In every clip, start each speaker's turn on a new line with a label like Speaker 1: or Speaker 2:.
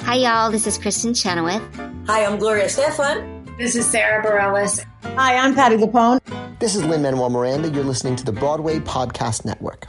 Speaker 1: Hi, y'all. This is Kristen Chenoweth.
Speaker 2: Hi, I'm Gloria Stefan.
Speaker 3: This is Sarah Bareilles.
Speaker 4: Hi, I'm Patty Lapone.
Speaker 5: This is Lynn Manuel Miranda. You're listening to the Broadway Podcast Network.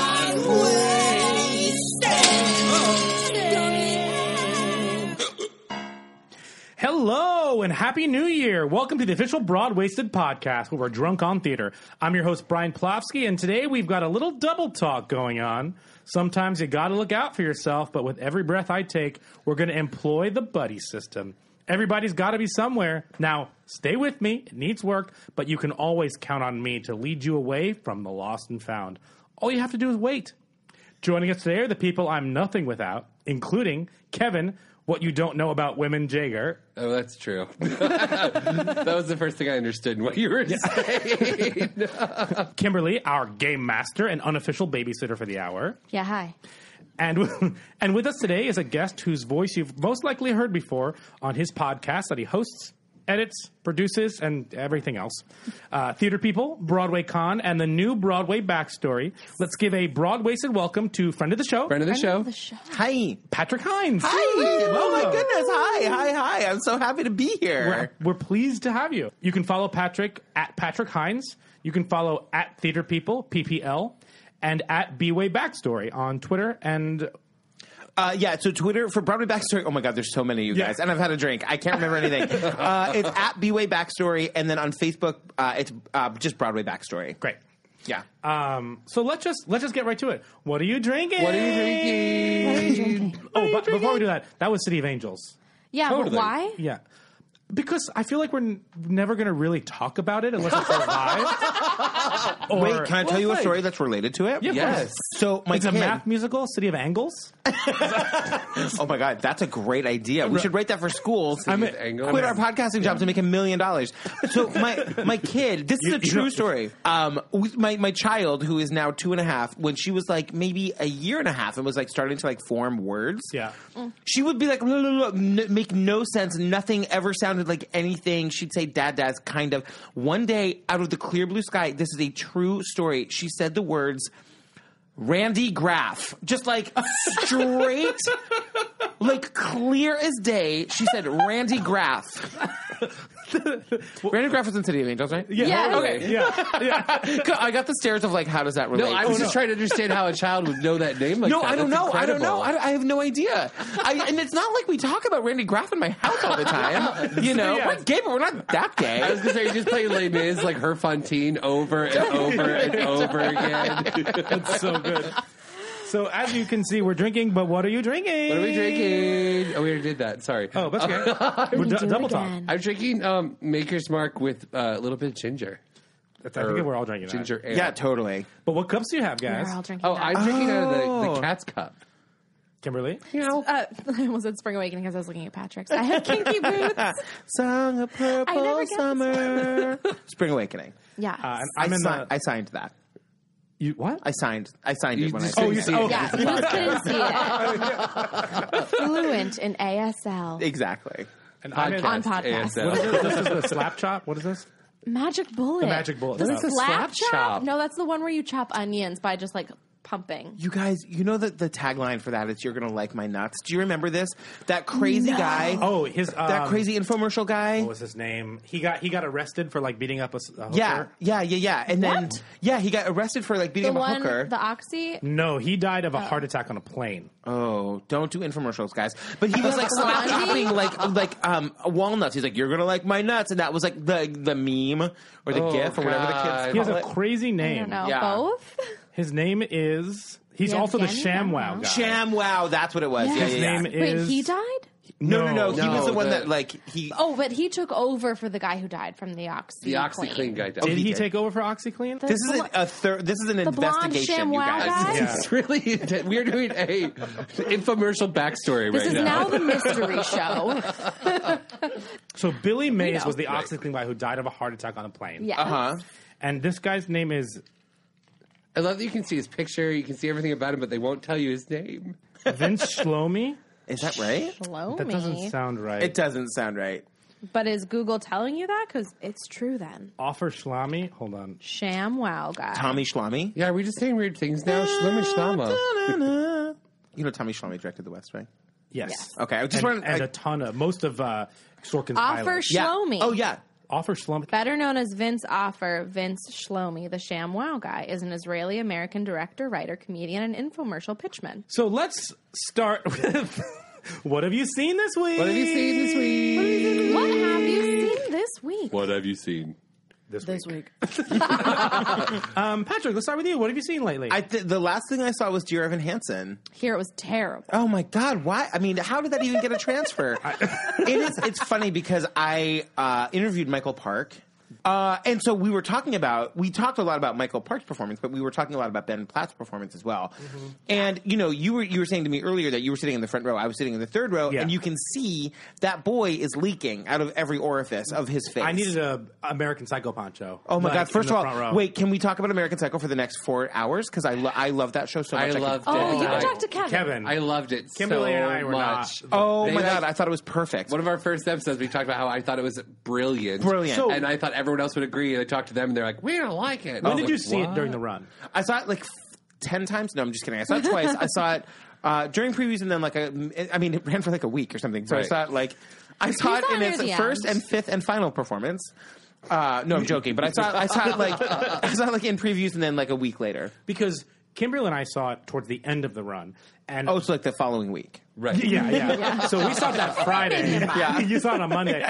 Speaker 6: Hello and happy new year. Welcome to the official Broad Wasted podcast where we're drunk on theater. I'm your host Brian Plofsky and today we've got a little double talk going on. Sometimes you got to look out for yourself, but with every breath I take, we're going to employ the buddy system. Everybody's got to be somewhere. Now, stay with me. It needs work, but you can always count on me to lead you away from the lost and found. All you have to do is wait. Joining us today are the people I'm nothing without, including Kevin, what you don't know about women, Jager,
Speaker 7: Oh, that's true. that was the first thing I understood in what you were saying.
Speaker 6: Kimberly, our game master and unofficial babysitter for the hour.
Speaker 8: Yeah, hi.
Speaker 6: And and with us today is a guest whose voice you've most likely heard before on his podcast that he hosts, edits, produces, and everything else. Uh, Theater People, Broadway Con, and the new Broadway backstory. Let's give a broad wasted welcome to friend of the show,
Speaker 7: Friend of the show.
Speaker 9: Hi.
Speaker 6: Patrick Hines.
Speaker 9: Hi. Oh my
Speaker 6: Welcome.
Speaker 9: goodness. Hi. Hi. Hi. I'm so happy to be here.
Speaker 6: We're, we're pleased to have you. You can follow Patrick at Patrick Hines. You can follow at Theater People PPL and at Bway Backstory on Twitter and
Speaker 9: Uh, yeah. So Twitter for Broadway Backstory. Oh my God. There's so many you
Speaker 6: Yeah.
Speaker 9: guys, and I've had a drink. I can't remember anything. uh, it's at Bway Backstory, and then on Facebook, uh, it's uh, just Broadway Backstory.
Speaker 6: great.
Speaker 9: Yeah.
Speaker 6: Um, so let's just let's just get right to it. What are you drinking?
Speaker 7: What are you drinking?
Speaker 6: Oh, but before we do that, that was City of Angels.
Speaker 8: Yeah,
Speaker 7: Totally.
Speaker 8: but why?
Speaker 6: Yeah. Because I feel like we're n- never going to really talk about it unless it's live. or,
Speaker 9: Wait, can I tell you a
Speaker 7: like-
Speaker 9: story that's related to it?
Speaker 6: Yeah, of
Speaker 7: Yes.
Speaker 9: So my
Speaker 6: It's a
Speaker 9: kid.
Speaker 6: math musical, City of Angles.
Speaker 9: oh my god, that's a great idea. We should write that for schools.
Speaker 6: I'm
Speaker 7: at- Angle.
Speaker 9: quit
Speaker 7: I'm
Speaker 9: our podcasting jobs to make a million dollars. So my my kid, this is a
Speaker 6: you
Speaker 9: true
Speaker 6: know-
Speaker 9: story. Um, with my my child who is now two and a half, when she was like maybe a year and a half and was like starting to like form words,
Speaker 6: Yeah.
Speaker 9: she would be like, "Blah, blah, blah," n- make no sense. Nothing ever sounded like anything. She'd say, dad, dad's kind of. One day, out of the clear blue sky, this is a true story. She said the words, Randy Graff. Just like straight, like clear as day. She said, Randy Graff. Randy Graff was in City of Angels, right? Yeah.
Speaker 8: Yeah.
Speaker 7: Okay.
Speaker 6: Yeah. Yeah.
Speaker 9: I got the stares of like, how does that relate?
Speaker 7: No, I was just trying to understand how a child would know that name like
Speaker 9: No,
Speaker 7: that.
Speaker 9: I don't
Speaker 7: That's
Speaker 9: know. I don't know.
Speaker 7: incredible.
Speaker 9: I, I have no idea. I, and it's not like we talk about Randy Graff in my house all the time. You know,
Speaker 6: Yeah.
Speaker 9: we're gay, but we're not that gay.
Speaker 7: I was gonna say you just play Les Mis like her Fontaine over and over and over again.
Speaker 6: That's so good. So as you can see, we're drinking, but what are you drinking?
Speaker 7: What are we drinking? Oh, we already did that. Sorry.
Speaker 6: Oh, that's okay. We're
Speaker 8: Didn't
Speaker 6: d-
Speaker 8: do it
Speaker 6: double talk.
Speaker 8: again.
Speaker 7: I'm drinking um, Maker's Mark with uh, a little bit of ginger.
Speaker 6: That's- I think we're all drinking that.
Speaker 7: ginger ale.
Speaker 9: yeah, totally.
Speaker 6: But what cups do you have, guys?
Speaker 8: We're all drinking.
Speaker 7: Oh,
Speaker 8: that.
Speaker 7: I'm drinking out of the, the cat's cup.
Speaker 6: Kimberly?
Speaker 7: You know,
Speaker 8: Oh. Uh, I almost said Spring Awakening because I was looking at Patrick's. I had kinky boots.
Speaker 9: Song of
Speaker 8: I never
Speaker 9: Purple
Speaker 8: get this.
Speaker 9: Summer. Spring Awakening.
Speaker 8: Yeah.
Speaker 6: Uh, and
Speaker 9: i
Speaker 6: I'm in
Speaker 9: si-
Speaker 6: the.
Speaker 9: I signed that.
Speaker 6: you, what?
Speaker 9: I signed. I signed it when I
Speaker 7: just
Speaker 9: signed
Speaker 7: didn't
Speaker 9: it.
Speaker 6: Oh,
Speaker 7: see it.
Speaker 8: yeah, you just couldn't see it. Fluent in ASL.
Speaker 9: Exactly. uh,
Speaker 6: And I'm in,
Speaker 8: On podcast.
Speaker 7: ASL.
Speaker 6: what is this? This is the slap chop. What is this?
Speaker 8: Magic bullet.
Speaker 6: The magic bullet.
Speaker 8: The
Speaker 6: That's a
Speaker 8: slap
Speaker 7: slap
Speaker 8: chop?
Speaker 7: chop.
Speaker 8: No, that's the one where you chop onions by just like pumping.
Speaker 9: You guys, you know that the tagline for that is "You're gonna like my nuts." Do you remember this? That crazy guy.
Speaker 6: Oh, his um,
Speaker 9: that crazy infomercial guy.
Speaker 6: What was his name? He got he got arrested for like beating up a, s- a hooker.
Speaker 9: yeah, yeah, yeah, yeah. And then
Speaker 8: What?
Speaker 9: yeah, he got arrested for like
Speaker 8: The
Speaker 9: beating up a
Speaker 8: one,
Speaker 9: hooker.
Speaker 8: the oxy.
Speaker 6: No, he died of a heart attack on a plane.
Speaker 9: oh, don't do infomercials, guys. But he was like slap
Speaker 8: Blondie?
Speaker 9: chopping like like um walnuts. He's like, "You're gonna like my nuts," and that was like the the meme or the
Speaker 7: Oh,
Speaker 9: gif or whatever the
Speaker 7: God.
Speaker 6: He
Speaker 9: kids
Speaker 6: has
Speaker 9: call
Speaker 6: a
Speaker 9: it.
Speaker 6: crazy
Speaker 8: I
Speaker 6: name.
Speaker 8: don't know.
Speaker 9: Yeah.
Speaker 8: Both?
Speaker 6: His name is. He's
Speaker 8: Yeah,
Speaker 6: also the
Speaker 8: Evgeny? I don't know.
Speaker 6: ShamWow guy.
Speaker 9: Sham! Wow, that's what it was. Yeah,
Speaker 8: His
Speaker 9: yeah,
Speaker 6: His
Speaker 9: yeah.
Speaker 6: name
Speaker 8: Wait,
Speaker 6: is.
Speaker 8: he died?
Speaker 9: No, no, no.
Speaker 6: No,
Speaker 9: He was the
Speaker 7: no,
Speaker 9: one
Speaker 7: the-
Speaker 9: that like he.
Speaker 8: Oh, but he took over for the guy who died from the oxy.
Speaker 7: The OxyClean guy.
Speaker 6: Did
Speaker 7: died.
Speaker 6: he take over for OxyClean?
Speaker 9: This is an, a third. This is an
Speaker 8: blonde
Speaker 9: investigation, you
Speaker 8: ShamWow
Speaker 9: guys.
Speaker 8: guy?
Speaker 6: Yeah.
Speaker 7: It's really we're doing a infomercial backstory
Speaker 8: This
Speaker 7: right
Speaker 8: is now the mystery show.
Speaker 6: so Billy Mays
Speaker 8: know.
Speaker 6: was the OxyClean guy who died of a heart attack on a plane.
Speaker 8: Yeah.
Speaker 9: Uh huh.
Speaker 6: And this guy's name is
Speaker 7: I love that you can see his picture, you can see everything about him, but they won't tell you his name.
Speaker 6: Vince Shlomi.
Speaker 9: Is that right?
Speaker 8: Hello,
Speaker 6: That
Speaker 8: me.
Speaker 6: doesn't sound right.
Speaker 9: It doesn't sound right.
Speaker 8: but is Google telling you that? Because it's true then.
Speaker 6: Offer Shlomi. Hold on.
Speaker 8: Sham wow guy.
Speaker 9: Tommy Schlamme.
Speaker 7: Yeah, are we just saying weird things now? Shlomo Shlomo.
Speaker 9: You know Tommy Schlamme directed The West, right?
Speaker 6: Yes.
Speaker 9: Okay, I just
Speaker 6: And,
Speaker 9: wanted.
Speaker 6: and
Speaker 9: I-
Speaker 6: a ton of most of uh, Sorkin's
Speaker 8: Offer
Speaker 6: Island.
Speaker 9: yeah.
Speaker 8: Shlomi.
Speaker 9: Oh yeah.
Speaker 6: Offer Shlomi.
Speaker 8: Better known as Vince Offer, Vince Shlomi, the Sham Wow guy, is an Israeli American director, writer, comedian, and infomercial pitchman.
Speaker 6: So let's start with what have you seen this week?
Speaker 7: What have you seen this week?
Speaker 8: What have you seen this week?
Speaker 7: What have you seen?
Speaker 6: This, week.
Speaker 8: week.
Speaker 6: Um, Patrick, let's start with you. What have you seen lately?
Speaker 9: I th- the last thing I saw was Dear Evan Hansen.
Speaker 8: Here it was terrible.
Speaker 9: Oh my God! Why? I mean, how did that even get a transfer? it is. It's funny because I uh, interviewed Michael Park, uh, and so we were talking about we talked a lot about Michael Park's performance, but we were talking a lot about Ben Platt's performance as well.
Speaker 6: Mm-hmm.
Speaker 9: And you know, you were you were saying to me earlier that you were sitting in the front row, I was sitting in the third row,
Speaker 6: Yeah.
Speaker 9: and you can see that boy is leaking out of every orifice of his face.
Speaker 6: I needed a American Psycho poncho.
Speaker 9: Oh my
Speaker 6: Like,
Speaker 9: god!
Speaker 6: in
Speaker 9: First
Speaker 6: the
Speaker 9: of
Speaker 6: front
Speaker 9: all,
Speaker 6: row.
Speaker 9: wait. Can we talk about American Psycho for the next four hours? Because I lo- I love that show so much.
Speaker 7: I
Speaker 9: could-
Speaker 7: loved
Speaker 8: Oh,
Speaker 7: it.
Speaker 8: you
Speaker 7: I,
Speaker 8: can talk to Kevin.
Speaker 6: Kevin.
Speaker 7: I loved it
Speaker 6: Kimberly
Speaker 7: so
Speaker 6: and I were
Speaker 7: much.
Speaker 6: not-
Speaker 9: Oh
Speaker 7: They
Speaker 9: my
Speaker 7: like-
Speaker 9: god! I thought it was perfect.
Speaker 7: One of our first episodes, we talked about how I thought it was brilliant.
Speaker 9: Brilliant. So-
Speaker 7: and I thought everyone else would agree. And I talked to them, and they're like, we don't like it.
Speaker 6: when did you see it during the run?
Speaker 9: I saw it like f- ten times. No, I'm just kidding. I saw it twice. I saw it uh, during previews, and then like a, I mean, it ran for like a week or something. So I
Speaker 7: Right.
Speaker 9: saw it like I saw it
Speaker 8: saw
Speaker 9: in
Speaker 8: it
Speaker 9: its
Speaker 8: near the
Speaker 9: first
Speaker 8: end.
Speaker 9: and fifth and final performance. Uh, no, I'm joking, but I saw I saw it like I saw it like in previews, and then like a week later.
Speaker 6: Because Kimberly and I saw it towards the end of the run, and
Speaker 9: Oh, so like the following week.
Speaker 7: Right.
Speaker 6: Yeah, yeah. So we saw that Friday.
Speaker 9: Yeah.
Speaker 6: you saw it on Monday.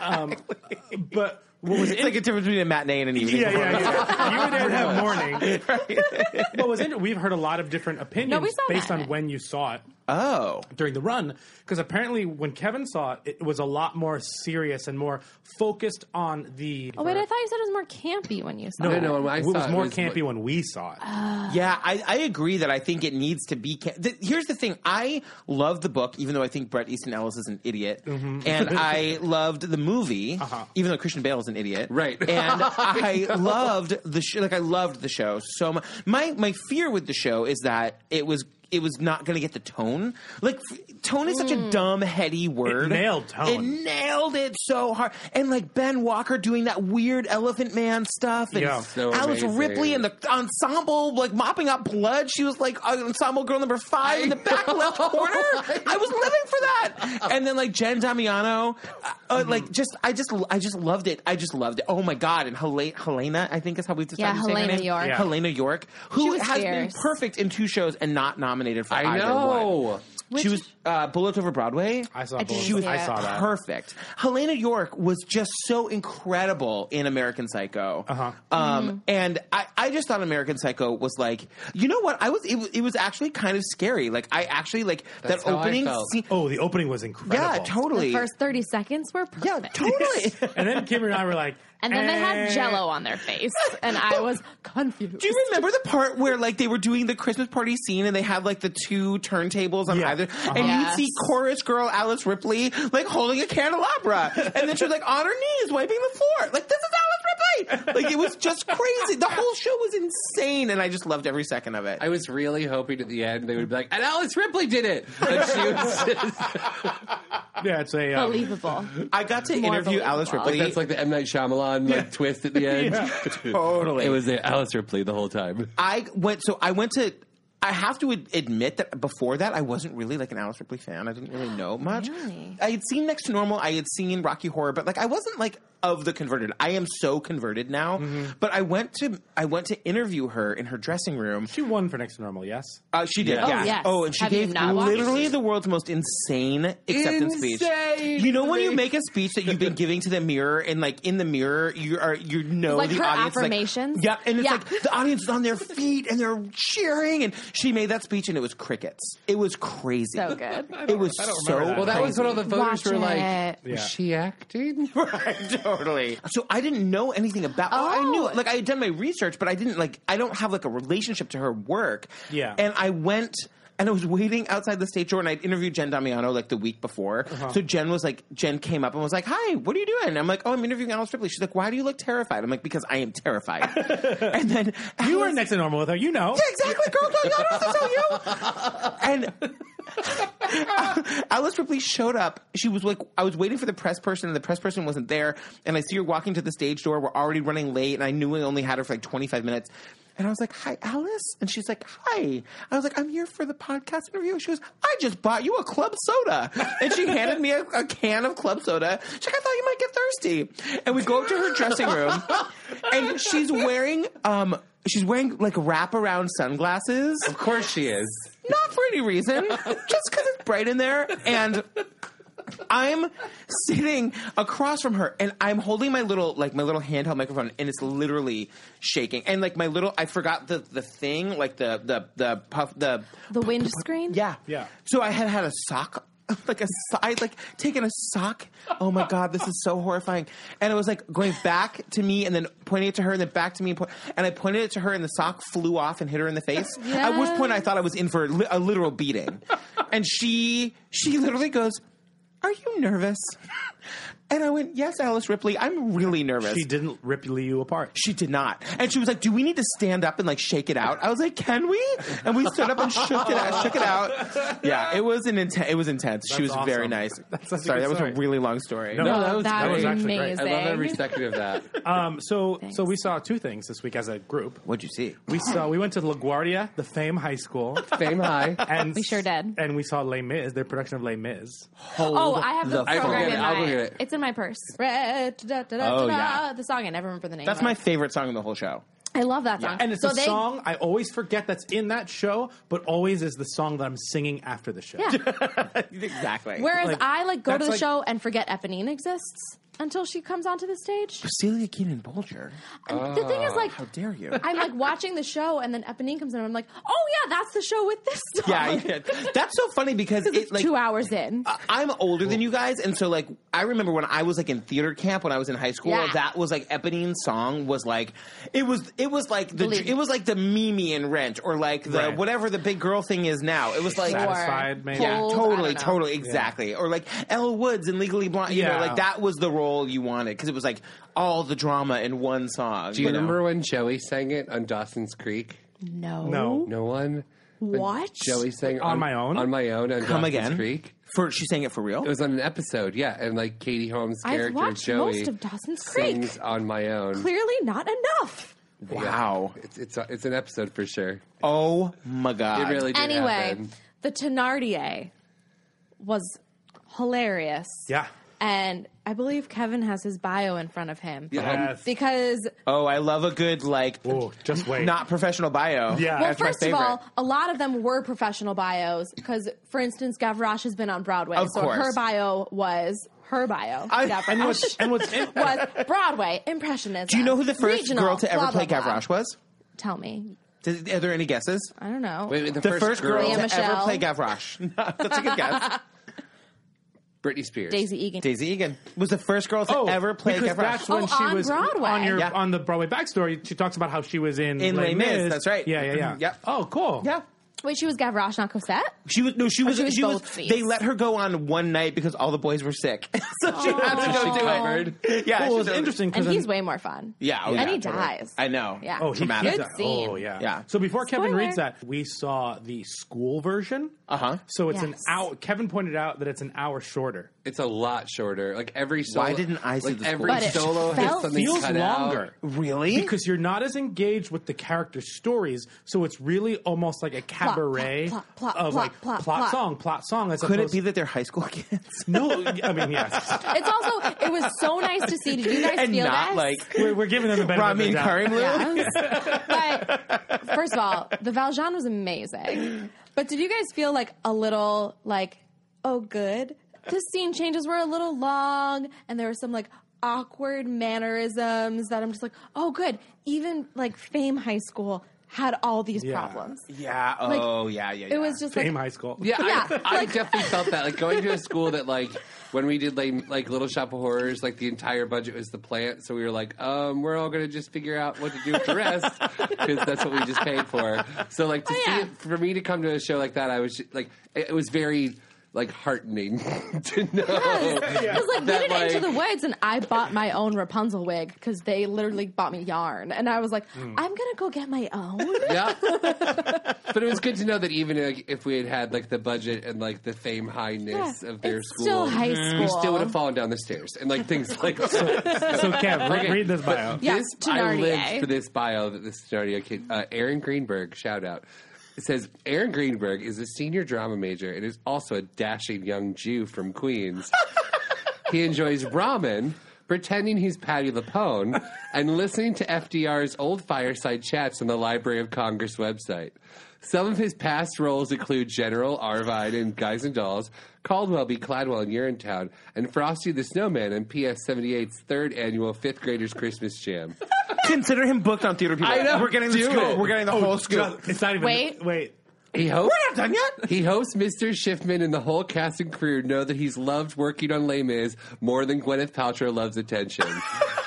Speaker 6: Um, but what was
Speaker 9: It's like a difference between a matinee and an evening.
Speaker 6: yeah, yeah,
Speaker 9: performance.
Speaker 6: yeah. You were there that morning. What was inter- we've heard a lot of different opinions
Speaker 8: No, we saw
Speaker 6: based
Speaker 8: that.
Speaker 6: on when you saw it
Speaker 9: Oh,
Speaker 6: during the run. Because apparently, when Kevin saw it, it was a lot more serious and more focused on the.
Speaker 8: Oh wait, I thought you said it was more campy when you saw
Speaker 7: No,
Speaker 8: it.
Speaker 7: no, when I
Speaker 6: it
Speaker 7: saw
Speaker 6: was more
Speaker 7: it was
Speaker 6: campy
Speaker 7: like-
Speaker 6: when we saw it.
Speaker 8: Uh.
Speaker 9: Yeah, I, I agree that I think it needs to be. Can- th- here's the thing: I love the book, even though I think Brett Easton Ellis is an idiot, and I loved the movie, even though Christian Bale is an idiot,
Speaker 7: Right.
Speaker 9: And I loved the show. Like I loved the show so much. My my fear with the show is that it was. It was not going to get the tone. Like f- tone is such a dumb, heady word.
Speaker 6: nailed tone.
Speaker 9: It nailed it so hard. And like Ben Walker doing that weird Elephant Man stuff, and
Speaker 6: Yeah.
Speaker 7: So
Speaker 9: Alice
Speaker 7: amazing.
Speaker 9: Ripley and the ensemble like mopping up blood. She was like uh, ensemble girl number five in the back left corner. I was living for that. And then like Jen Damiano, uh, uh,
Speaker 7: Mm-hmm.
Speaker 9: like just I just I just loved it. I just loved it. Oh my god! And Hel- Helena, I think is how we decided.
Speaker 8: Yeah,
Speaker 9: to say her
Speaker 8: Helena
Speaker 9: name.
Speaker 8: York.
Speaker 6: Yeah.
Speaker 9: Helena York,
Speaker 8: She
Speaker 9: who
Speaker 8: was
Speaker 9: has
Speaker 8: fierce.
Speaker 9: been perfect in two shows and not nominated for
Speaker 7: I
Speaker 9: either
Speaker 7: know.
Speaker 9: one. she was uh, Bullets Over Broadway.
Speaker 6: I saw
Speaker 8: I
Speaker 6: both.
Speaker 8: didn't see
Speaker 6: I
Speaker 8: it.
Speaker 6: saw that.
Speaker 9: Perfect. Helena York was just so incredible in American Psycho.
Speaker 6: Uh-huh.
Speaker 9: Um,
Speaker 8: Mm-hmm.
Speaker 9: And I, I just thought American Psycho was like, you know what? I was it, was- it was actually kind of scary. Like I actually like
Speaker 7: That's
Speaker 9: that
Speaker 7: how I
Speaker 9: opening
Speaker 7: felt.
Speaker 9: scene.
Speaker 6: Oh, the opening was incredible.
Speaker 9: yeah, totally.
Speaker 8: The first thirty seconds were perfect.
Speaker 9: yeah, totally.
Speaker 6: And then Kimberly and I were like,
Speaker 8: And then they had
Speaker 6: eh.
Speaker 8: Jello on their face, and I was confused.
Speaker 9: Do you remember the part where like they were doing the Christmas party scene and they had like the two turntables on
Speaker 6: Yeah.
Speaker 9: either, and
Speaker 8: Yes.
Speaker 9: you'd see chorus girl Alice Ripley like holding a candelabra, and then she was like on her knees wiping the floor, like this is Alice Ripley. Like it was just crazy. The whole show was insane, and I just loved every second of it.
Speaker 7: I was really hoping at the end they would be like, and Alice Ripley did it. And she was just,
Speaker 6: Yeah, it's a. Um,
Speaker 8: Believable.
Speaker 9: I got to
Speaker 8: More
Speaker 9: interview Alice
Speaker 8: believable.
Speaker 9: Ripley.
Speaker 7: that's like the M Night Shyamalan like twist at the end.
Speaker 9: totally.
Speaker 7: It was uh, Alice Ripley the whole time.
Speaker 9: I went so I went to I have to ad- admit that before that, I wasn't really like an Alice Ripley fan. I didn't really know much.
Speaker 8: really?
Speaker 9: I had seen Next to Normal, I had seen Rocky Horror, but like I wasn't like of the converted. I am so converted now. But I went to I went to interview her in her dressing room.
Speaker 6: She won for next to normal, yes.
Speaker 9: Uh, she did,
Speaker 8: Oh,
Speaker 9: yeah.
Speaker 8: yes.
Speaker 9: Oh, and she
Speaker 8: Have you
Speaker 9: gave
Speaker 8: not watched
Speaker 9: literally
Speaker 8: it?
Speaker 9: the world's most insane acceptance
Speaker 7: Insane
Speaker 9: speech. You know when you
Speaker 7: speech.
Speaker 9: make a speech that you've been giving to the mirror, and like in the mirror, you are you know
Speaker 8: Like
Speaker 9: the
Speaker 8: her
Speaker 9: audience is, like-
Speaker 8: affirmations?
Speaker 9: yeah, and it's
Speaker 8: Yeah.
Speaker 9: like the audience is on their feet and they're cheering, and she made that speech, and it was crickets. It was crazy.
Speaker 8: So good.
Speaker 9: It was so.
Speaker 6: remember that.
Speaker 7: Well, that was when all the voters
Speaker 8: Watch
Speaker 7: were like,
Speaker 8: it.
Speaker 7: "Was
Speaker 6: Yeah.
Speaker 7: she acting?"
Speaker 9: totally. So I didn't know anything about. Oh. I knew like I had done my research, but I didn't like. I don't have like a relationship to her work.
Speaker 6: Yeah.
Speaker 9: And I went. And I was waiting outside the stage door, and I'd interviewed Jen Damiano like the week before.
Speaker 6: Uh-huh.
Speaker 9: So Jen was like, Jen came up and was like, "Hi, what are you doing?" And I'm like, "Oh, I'm interviewing Alice Ripley." She's like, "Why do you look terrified?" I'm like, "Because I am terrified." and then
Speaker 6: You were
Speaker 9: Alice-
Speaker 6: next to normal with her, you know.
Speaker 9: yeah, exactly, girl. Don't y'all know what to tell you. And Alice Ripley showed up. She was like, I was waiting for the press person, and the press person wasn't there. And I see her walking to the stage door. We're already running late, and I knew we only had her for like 25 minutes. And I was like, "Hi, Alice," and she's like, "Hi." I was like, "I'm here for the podcast interview." And she goes, "I just bought you a club soda," and she handed me a, a can of club soda. She's like, "I thought you might get thirsty." And we go up to her dressing room, and she's wearing um, she's wearing like wraparound sunglasses,
Speaker 7: Of course she is.
Speaker 9: not for any reason, just because it's bright in there. And I'm sitting across from her, and I'm holding my little like my little handheld microphone, and it's literally shaking. And like my little, I forgot the the thing, like the the the puff the
Speaker 8: The windscreen?
Speaker 9: yeah.
Speaker 6: Yeah.
Speaker 9: So I had had a sock, like a so- I had, like taken a sock. Oh my god, this is so horrifying. And it was like going back to me and then pointing it to her and then back to me and, point, and I pointed it to her and the sock flew off and hit her in the face. At which point I thought I was in for li- a literal beating. and she she literally goes, "Are you nervous?" And I went, "Yes, Alice Ripley, I'm really nervous."
Speaker 6: She didn't rip you apart.
Speaker 9: She did not. And she was like, "Do we need to stand up and like shake it out?" I was like, "Can we?" And we stood up and shook it out, shook it out. Yeah, it was an intense. It was intense. she was
Speaker 6: That's
Speaker 9: very
Speaker 6: awesome.
Speaker 9: nice.
Speaker 6: That's such a
Speaker 9: Sorry,
Speaker 6: good
Speaker 9: that was
Speaker 6: story.
Speaker 9: a really long story.
Speaker 6: No,
Speaker 7: Oh, that was
Speaker 8: that
Speaker 7: great.
Speaker 8: was
Speaker 6: That was actually great.
Speaker 7: I love every
Speaker 8: amazing.
Speaker 7: second of that.
Speaker 6: Um, so so we saw two things this week as a group.
Speaker 9: What'd you see?
Speaker 6: We saw we went to LaGuardia, the Fame High School,
Speaker 7: Fame high.
Speaker 6: and
Speaker 8: We sure did.
Speaker 6: And we saw Les Mis, their production of Les Mis.
Speaker 8: Oh, I have the,
Speaker 9: the phone.
Speaker 8: program
Speaker 7: I'll
Speaker 8: in
Speaker 7: go get it. I'll
Speaker 8: my.
Speaker 7: go get it.
Speaker 8: It's in my purse. Red, da, da, da,
Speaker 9: Oh,
Speaker 8: da,
Speaker 9: yeah.
Speaker 8: The song I never remember the name.
Speaker 9: That's
Speaker 8: of.
Speaker 9: my favorite song in the whole show.
Speaker 8: I love that song.
Speaker 6: And it's
Speaker 8: so
Speaker 6: a
Speaker 8: they,
Speaker 6: song I always forget that's in that show, but always is the song that I'm singing after the show.
Speaker 8: Yeah.
Speaker 9: Exactly.
Speaker 8: Whereas
Speaker 6: like,
Speaker 8: I like go to
Speaker 6: that's
Speaker 8: the
Speaker 6: like-
Speaker 8: show and forget Eponine exists until she comes onto the stage.
Speaker 9: Celia Keenan Bolger.
Speaker 8: And the thing is, like,
Speaker 9: How dare you?
Speaker 8: I'm like watching the show, and then Eponine comes in, and I'm like, oh yeah, that's the show with this song.
Speaker 9: yeah, yeah, that's so funny because
Speaker 8: Because
Speaker 9: it
Speaker 8: it's
Speaker 9: like
Speaker 8: two hours in.
Speaker 9: I'm older than you guys, and so like I remember when I was like in theater camp when I was in high school.
Speaker 8: Yeah.
Speaker 9: That was like Eponine's song was like it was it was like the
Speaker 8: Believe.
Speaker 9: it was like the Mimi in Rent or like the
Speaker 6: Right.
Speaker 9: whatever the big girl thing is now. It was like
Speaker 6: Satisfied, maybe.
Speaker 9: yeah,
Speaker 8: Cold, I don't
Speaker 9: totally,
Speaker 8: know.
Speaker 9: totally, exactly. Or like Elle Woods in Legally Blonde. You know,
Speaker 6: Yeah.
Speaker 9: like that was the role you wanted because it was like all the drama in one song.
Speaker 7: Do you
Speaker 9: know?
Speaker 7: remember when Joey sang it on Dawson's Creek?
Speaker 8: No.
Speaker 6: No.
Speaker 7: No one. When
Speaker 8: What?
Speaker 7: Joey sang
Speaker 6: On My Own?
Speaker 7: On my own on
Speaker 9: Come
Speaker 7: Dawson's
Speaker 9: again?
Speaker 7: Creek.
Speaker 9: For she sang it for real.
Speaker 7: It was on an episode, yeah, and like Katie Holmes'
Speaker 8: I've
Speaker 7: character
Speaker 8: watched
Speaker 7: Joey
Speaker 8: most of Dawson's Creek.
Speaker 7: sings on my own.
Speaker 8: Clearly not enough.
Speaker 7: Yeah.
Speaker 9: wow.
Speaker 7: it's it's a, it's an episode for sure.
Speaker 9: Oh my
Speaker 7: It
Speaker 9: god.
Speaker 7: really did
Speaker 8: Anyway,
Speaker 7: happen.
Speaker 8: the Tenardier was hilarious.
Speaker 6: Yeah.
Speaker 8: And I believe Kevin has his bio in front of him.
Speaker 6: Yes.
Speaker 8: Because,
Speaker 9: Oh, I love a good like
Speaker 6: Oh, just wait.
Speaker 9: not professional bio.
Speaker 6: Yeah.
Speaker 8: well,
Speaker 9: That's my
Speaker 8: first of
Speaker 9: favorite.
Speaker 8: all, a lot of them were professional bios. Because, for instance, Gavroche has been on Broadway.
Speaker 9: Of
Speaker 8: so
Speaker 9: course.
Speaker 8: her bio was her bio.
Speaker 9: I-
Speaker 8: Gavroche
Speaker 6: and what's and what's in,
Speaker 8: was Broadway, Impressionism.
Speaker 9: Do you know who the first
Speaker 8: regional,
Speaker 9: girl to ever
Speaker 8: blah,
Speaker 9: play
Speaker 8: blah, blah.
Speaker 9: Gavroche was?
Speaker 8: Tell me.
Speaker 9: Did, are there any guesses?
Speaker 8: I don't know.
Speaker 7: Wait, wait, the,
Speaker 9: The first, girl,
Speaker 8: Leah
Speaker 9: to ever
Speaker 8: Michele.
Speaker 9: play Gavroche. No, That's a good guess.
Speaker 7: Britney Spears.
Speaker 8: Daisy Egan.
Speaker 9: Daisy Egan was the first girl to
Speaker 6: Oh,
Speaker 9: ever play
Speaker 6: because
Speaker 9: Gavroche.
Speaker 6: That's when
Speaker 8: Oh,
Speaker 6: she
Speaker 8: on
Speaker 6: was
Speaker 8: Broadway.
Speaker 6: on your
Speaker 9: Yeah.
Speaker 6: on the Broadway backstory. She talks about how she was in
Speaker 9: In Les Mis, that's right. Mm-hmm.
Speaker 6: Yeah, yeah, yeah.
Speaker 9: Yep.
Speaker 6: Oh, cool.
Speaker 9: yeah.
Speaker 8: Wait, she was Gavroche, not Cosette?
Speaker 9: She was no, she was
Speaker 8: she was
Speaker 9: she was.
Speaker 8: both seats.
Speaker 9: They let her go on one night because all the boys were sick, so she had to go
Speaker 7: She
Speaker 9: do
Speaker 7: covered.
Speaker 9: it. Yeah,
Speaker 6: Well, it was
Speaker 9: she did.
Speaker 6: interesting
Speaker 8: And
Speaker 6: because
Speaker 8: he's way more fun.
Speaker 9: Yeah, oh,
Speaker 8: And
Speaker 9: yeah,
Speaker 8: he
Speaker 9: totally.
Speaker 8: dies.
Speaker 9: I know.
Speaker 8: Yeah.
Speaker 6: Oh, he, he
Speaker 9: Traumatic.
Speaker 6: did.
Speaker 8: Good scene.
Speaker 6: Oh, yeah.
Speaker 9: Yeah.
Speaker 6: So before Kevin
Speaker 8: Spoiler.
Speaker 6: reads that, we saw the school version.
Speaker 9: Uh huh.
Speaker 6: So it's an
Speaker 8: Yes.
Speaker 6: hour. Kevin pointed out that it's an hour shorter
Speaker 7: It's a lot shorter. Like every solo.
Speaker 9: Why didn't I see
Speaker 7: like
Speaker 9: this
Speaker 7: every
Speaker 9: before? But
Speaker 8: it
Speaker 7: solo has
Speaker 8: felt-
Speaker 7: something
Speaker 6: feels
Speaker 7: cut
Speaker 6: longer.
Speaker 7: out.
Speaker 9: Really?
Speaker 6: Because you're not as engaged with the characters' stories, so it's really almost like a
Speaker 8: plot,
Speaker 6: cabaret
Speaker 8: plot, plot,
Speaker 6: of
Speaker 8: plot,
Speaker 6: like
Speaker 8: plot, plot.
Speaker 6: song, plot song. As
Speaker 9: could it
Speaker 6: opposed
Speaker 9: be that they're high school kids?
Speaker 6: no? I mean, yes,
Speaker 8: It's also it was so nice to see. Did you guys
Speaker 9: and
Speaker 8: feel
Speaker 9: not
Speaker 8: this?
Speaker 9: like
Speaker 6: we're, we're giving them the benefit
Speaker 9: Rami
Speaker 6: of
Speaker 9: and
Speaker 6: the doubt.
Speaker 9: Karim Lou?
Speaker 8: but first of all, the Valjean was amazing. But did you guys feel like a little like, oh, good? The scene changes were a little long, and there were some like awkward mannerisms that I'm just like, oh, good. Even like Fame High School had all these
Speaker 6: Yeah.
Speaker 8: problems.
Speaker 9: Yeah.
Speaker 8: Like,
Speaker 9: Oh, yeah, yeah, yeah.
Speaker 8: It was just
Speaker 6: Same
Speaker 8: like
Speaker 6: high school.
Speaker 7: Yeah,
Speaker 8: Yeah,
Speaker 7: I,
Speaker 8: like-
Speaker 7: I definitely felt that. Like going to a school that, like, when we did like, like Little Shop of Horrors, like the entire budget was the plant. So we were like, um, we're all gonna just figure out what to do with the rest because that's what we just paid for. So like to
Speaker 8: Oh, yeah.
Speaker 7: see it, for me to come to a show like that, I was ju- like, it, it was very like heartening to know.
Speaker 8: Because like we
Speaker 7: That,
Speaker 8: did
Speaker 7: like-
Speaker 8: Into the Woods, and I bought my own Rapunzel wig because they literally bought me yarn, and I was like, I'm gonna go get my own.
Speaker 7: yeah. But it was good to know that even like, if we had had like the budget and like the fame highness
Speaker 8: Yeah,
Speaker 7: of their
Speaker 8: it's
Speaker 7: school,
Speaker 8: still high
Speaker 7: we
Speaker 8: school.
Speaker 7: still would have fallen down the stairs and like things like that.
Speaker 6: So Kev, re- read this bio.
Speaker 8: Yeah,
Speaker 7: this, I
Speaker 8: Tenardier.
Speaker 7: lived for this bio that this Tenardier kid, uh, Aaron Greenberg, shout out. It says Aaron Greenberg is a senior drama major and is also a dashing young Jew from Queens. he enjoys ramen, pretending he's Patty LaPone, and listening to FDR's old fireside chats on the Library of Congress website. Some of his past roles include General Arvine in Guys and Dolls, Caldwell B. Cladwell in Urinetown, and Frosty the Snowman in PS 78's third annual fifth graders Christmas jam.
Speaker 9: Consider him booked on theater people.
Speaker 7: I know.
Speaker 9: We're getting the
Speaker 7: Do
Speaker 9: scoop.
Speaker 7: it.
Speaker 9: We're getting the whole scoop.
Speaker 6: Oh, It's not even.
Speaker 8: Wait.
Speaker 6: wait.
Speaker 7: He hosts,
Speaker 9: We're not done yet.
Speaker 7: He hosts Mr. Schiffman and the whole cast and crew know that he's loved working on Les Mis more than Gwyneth Paltrow loves attention.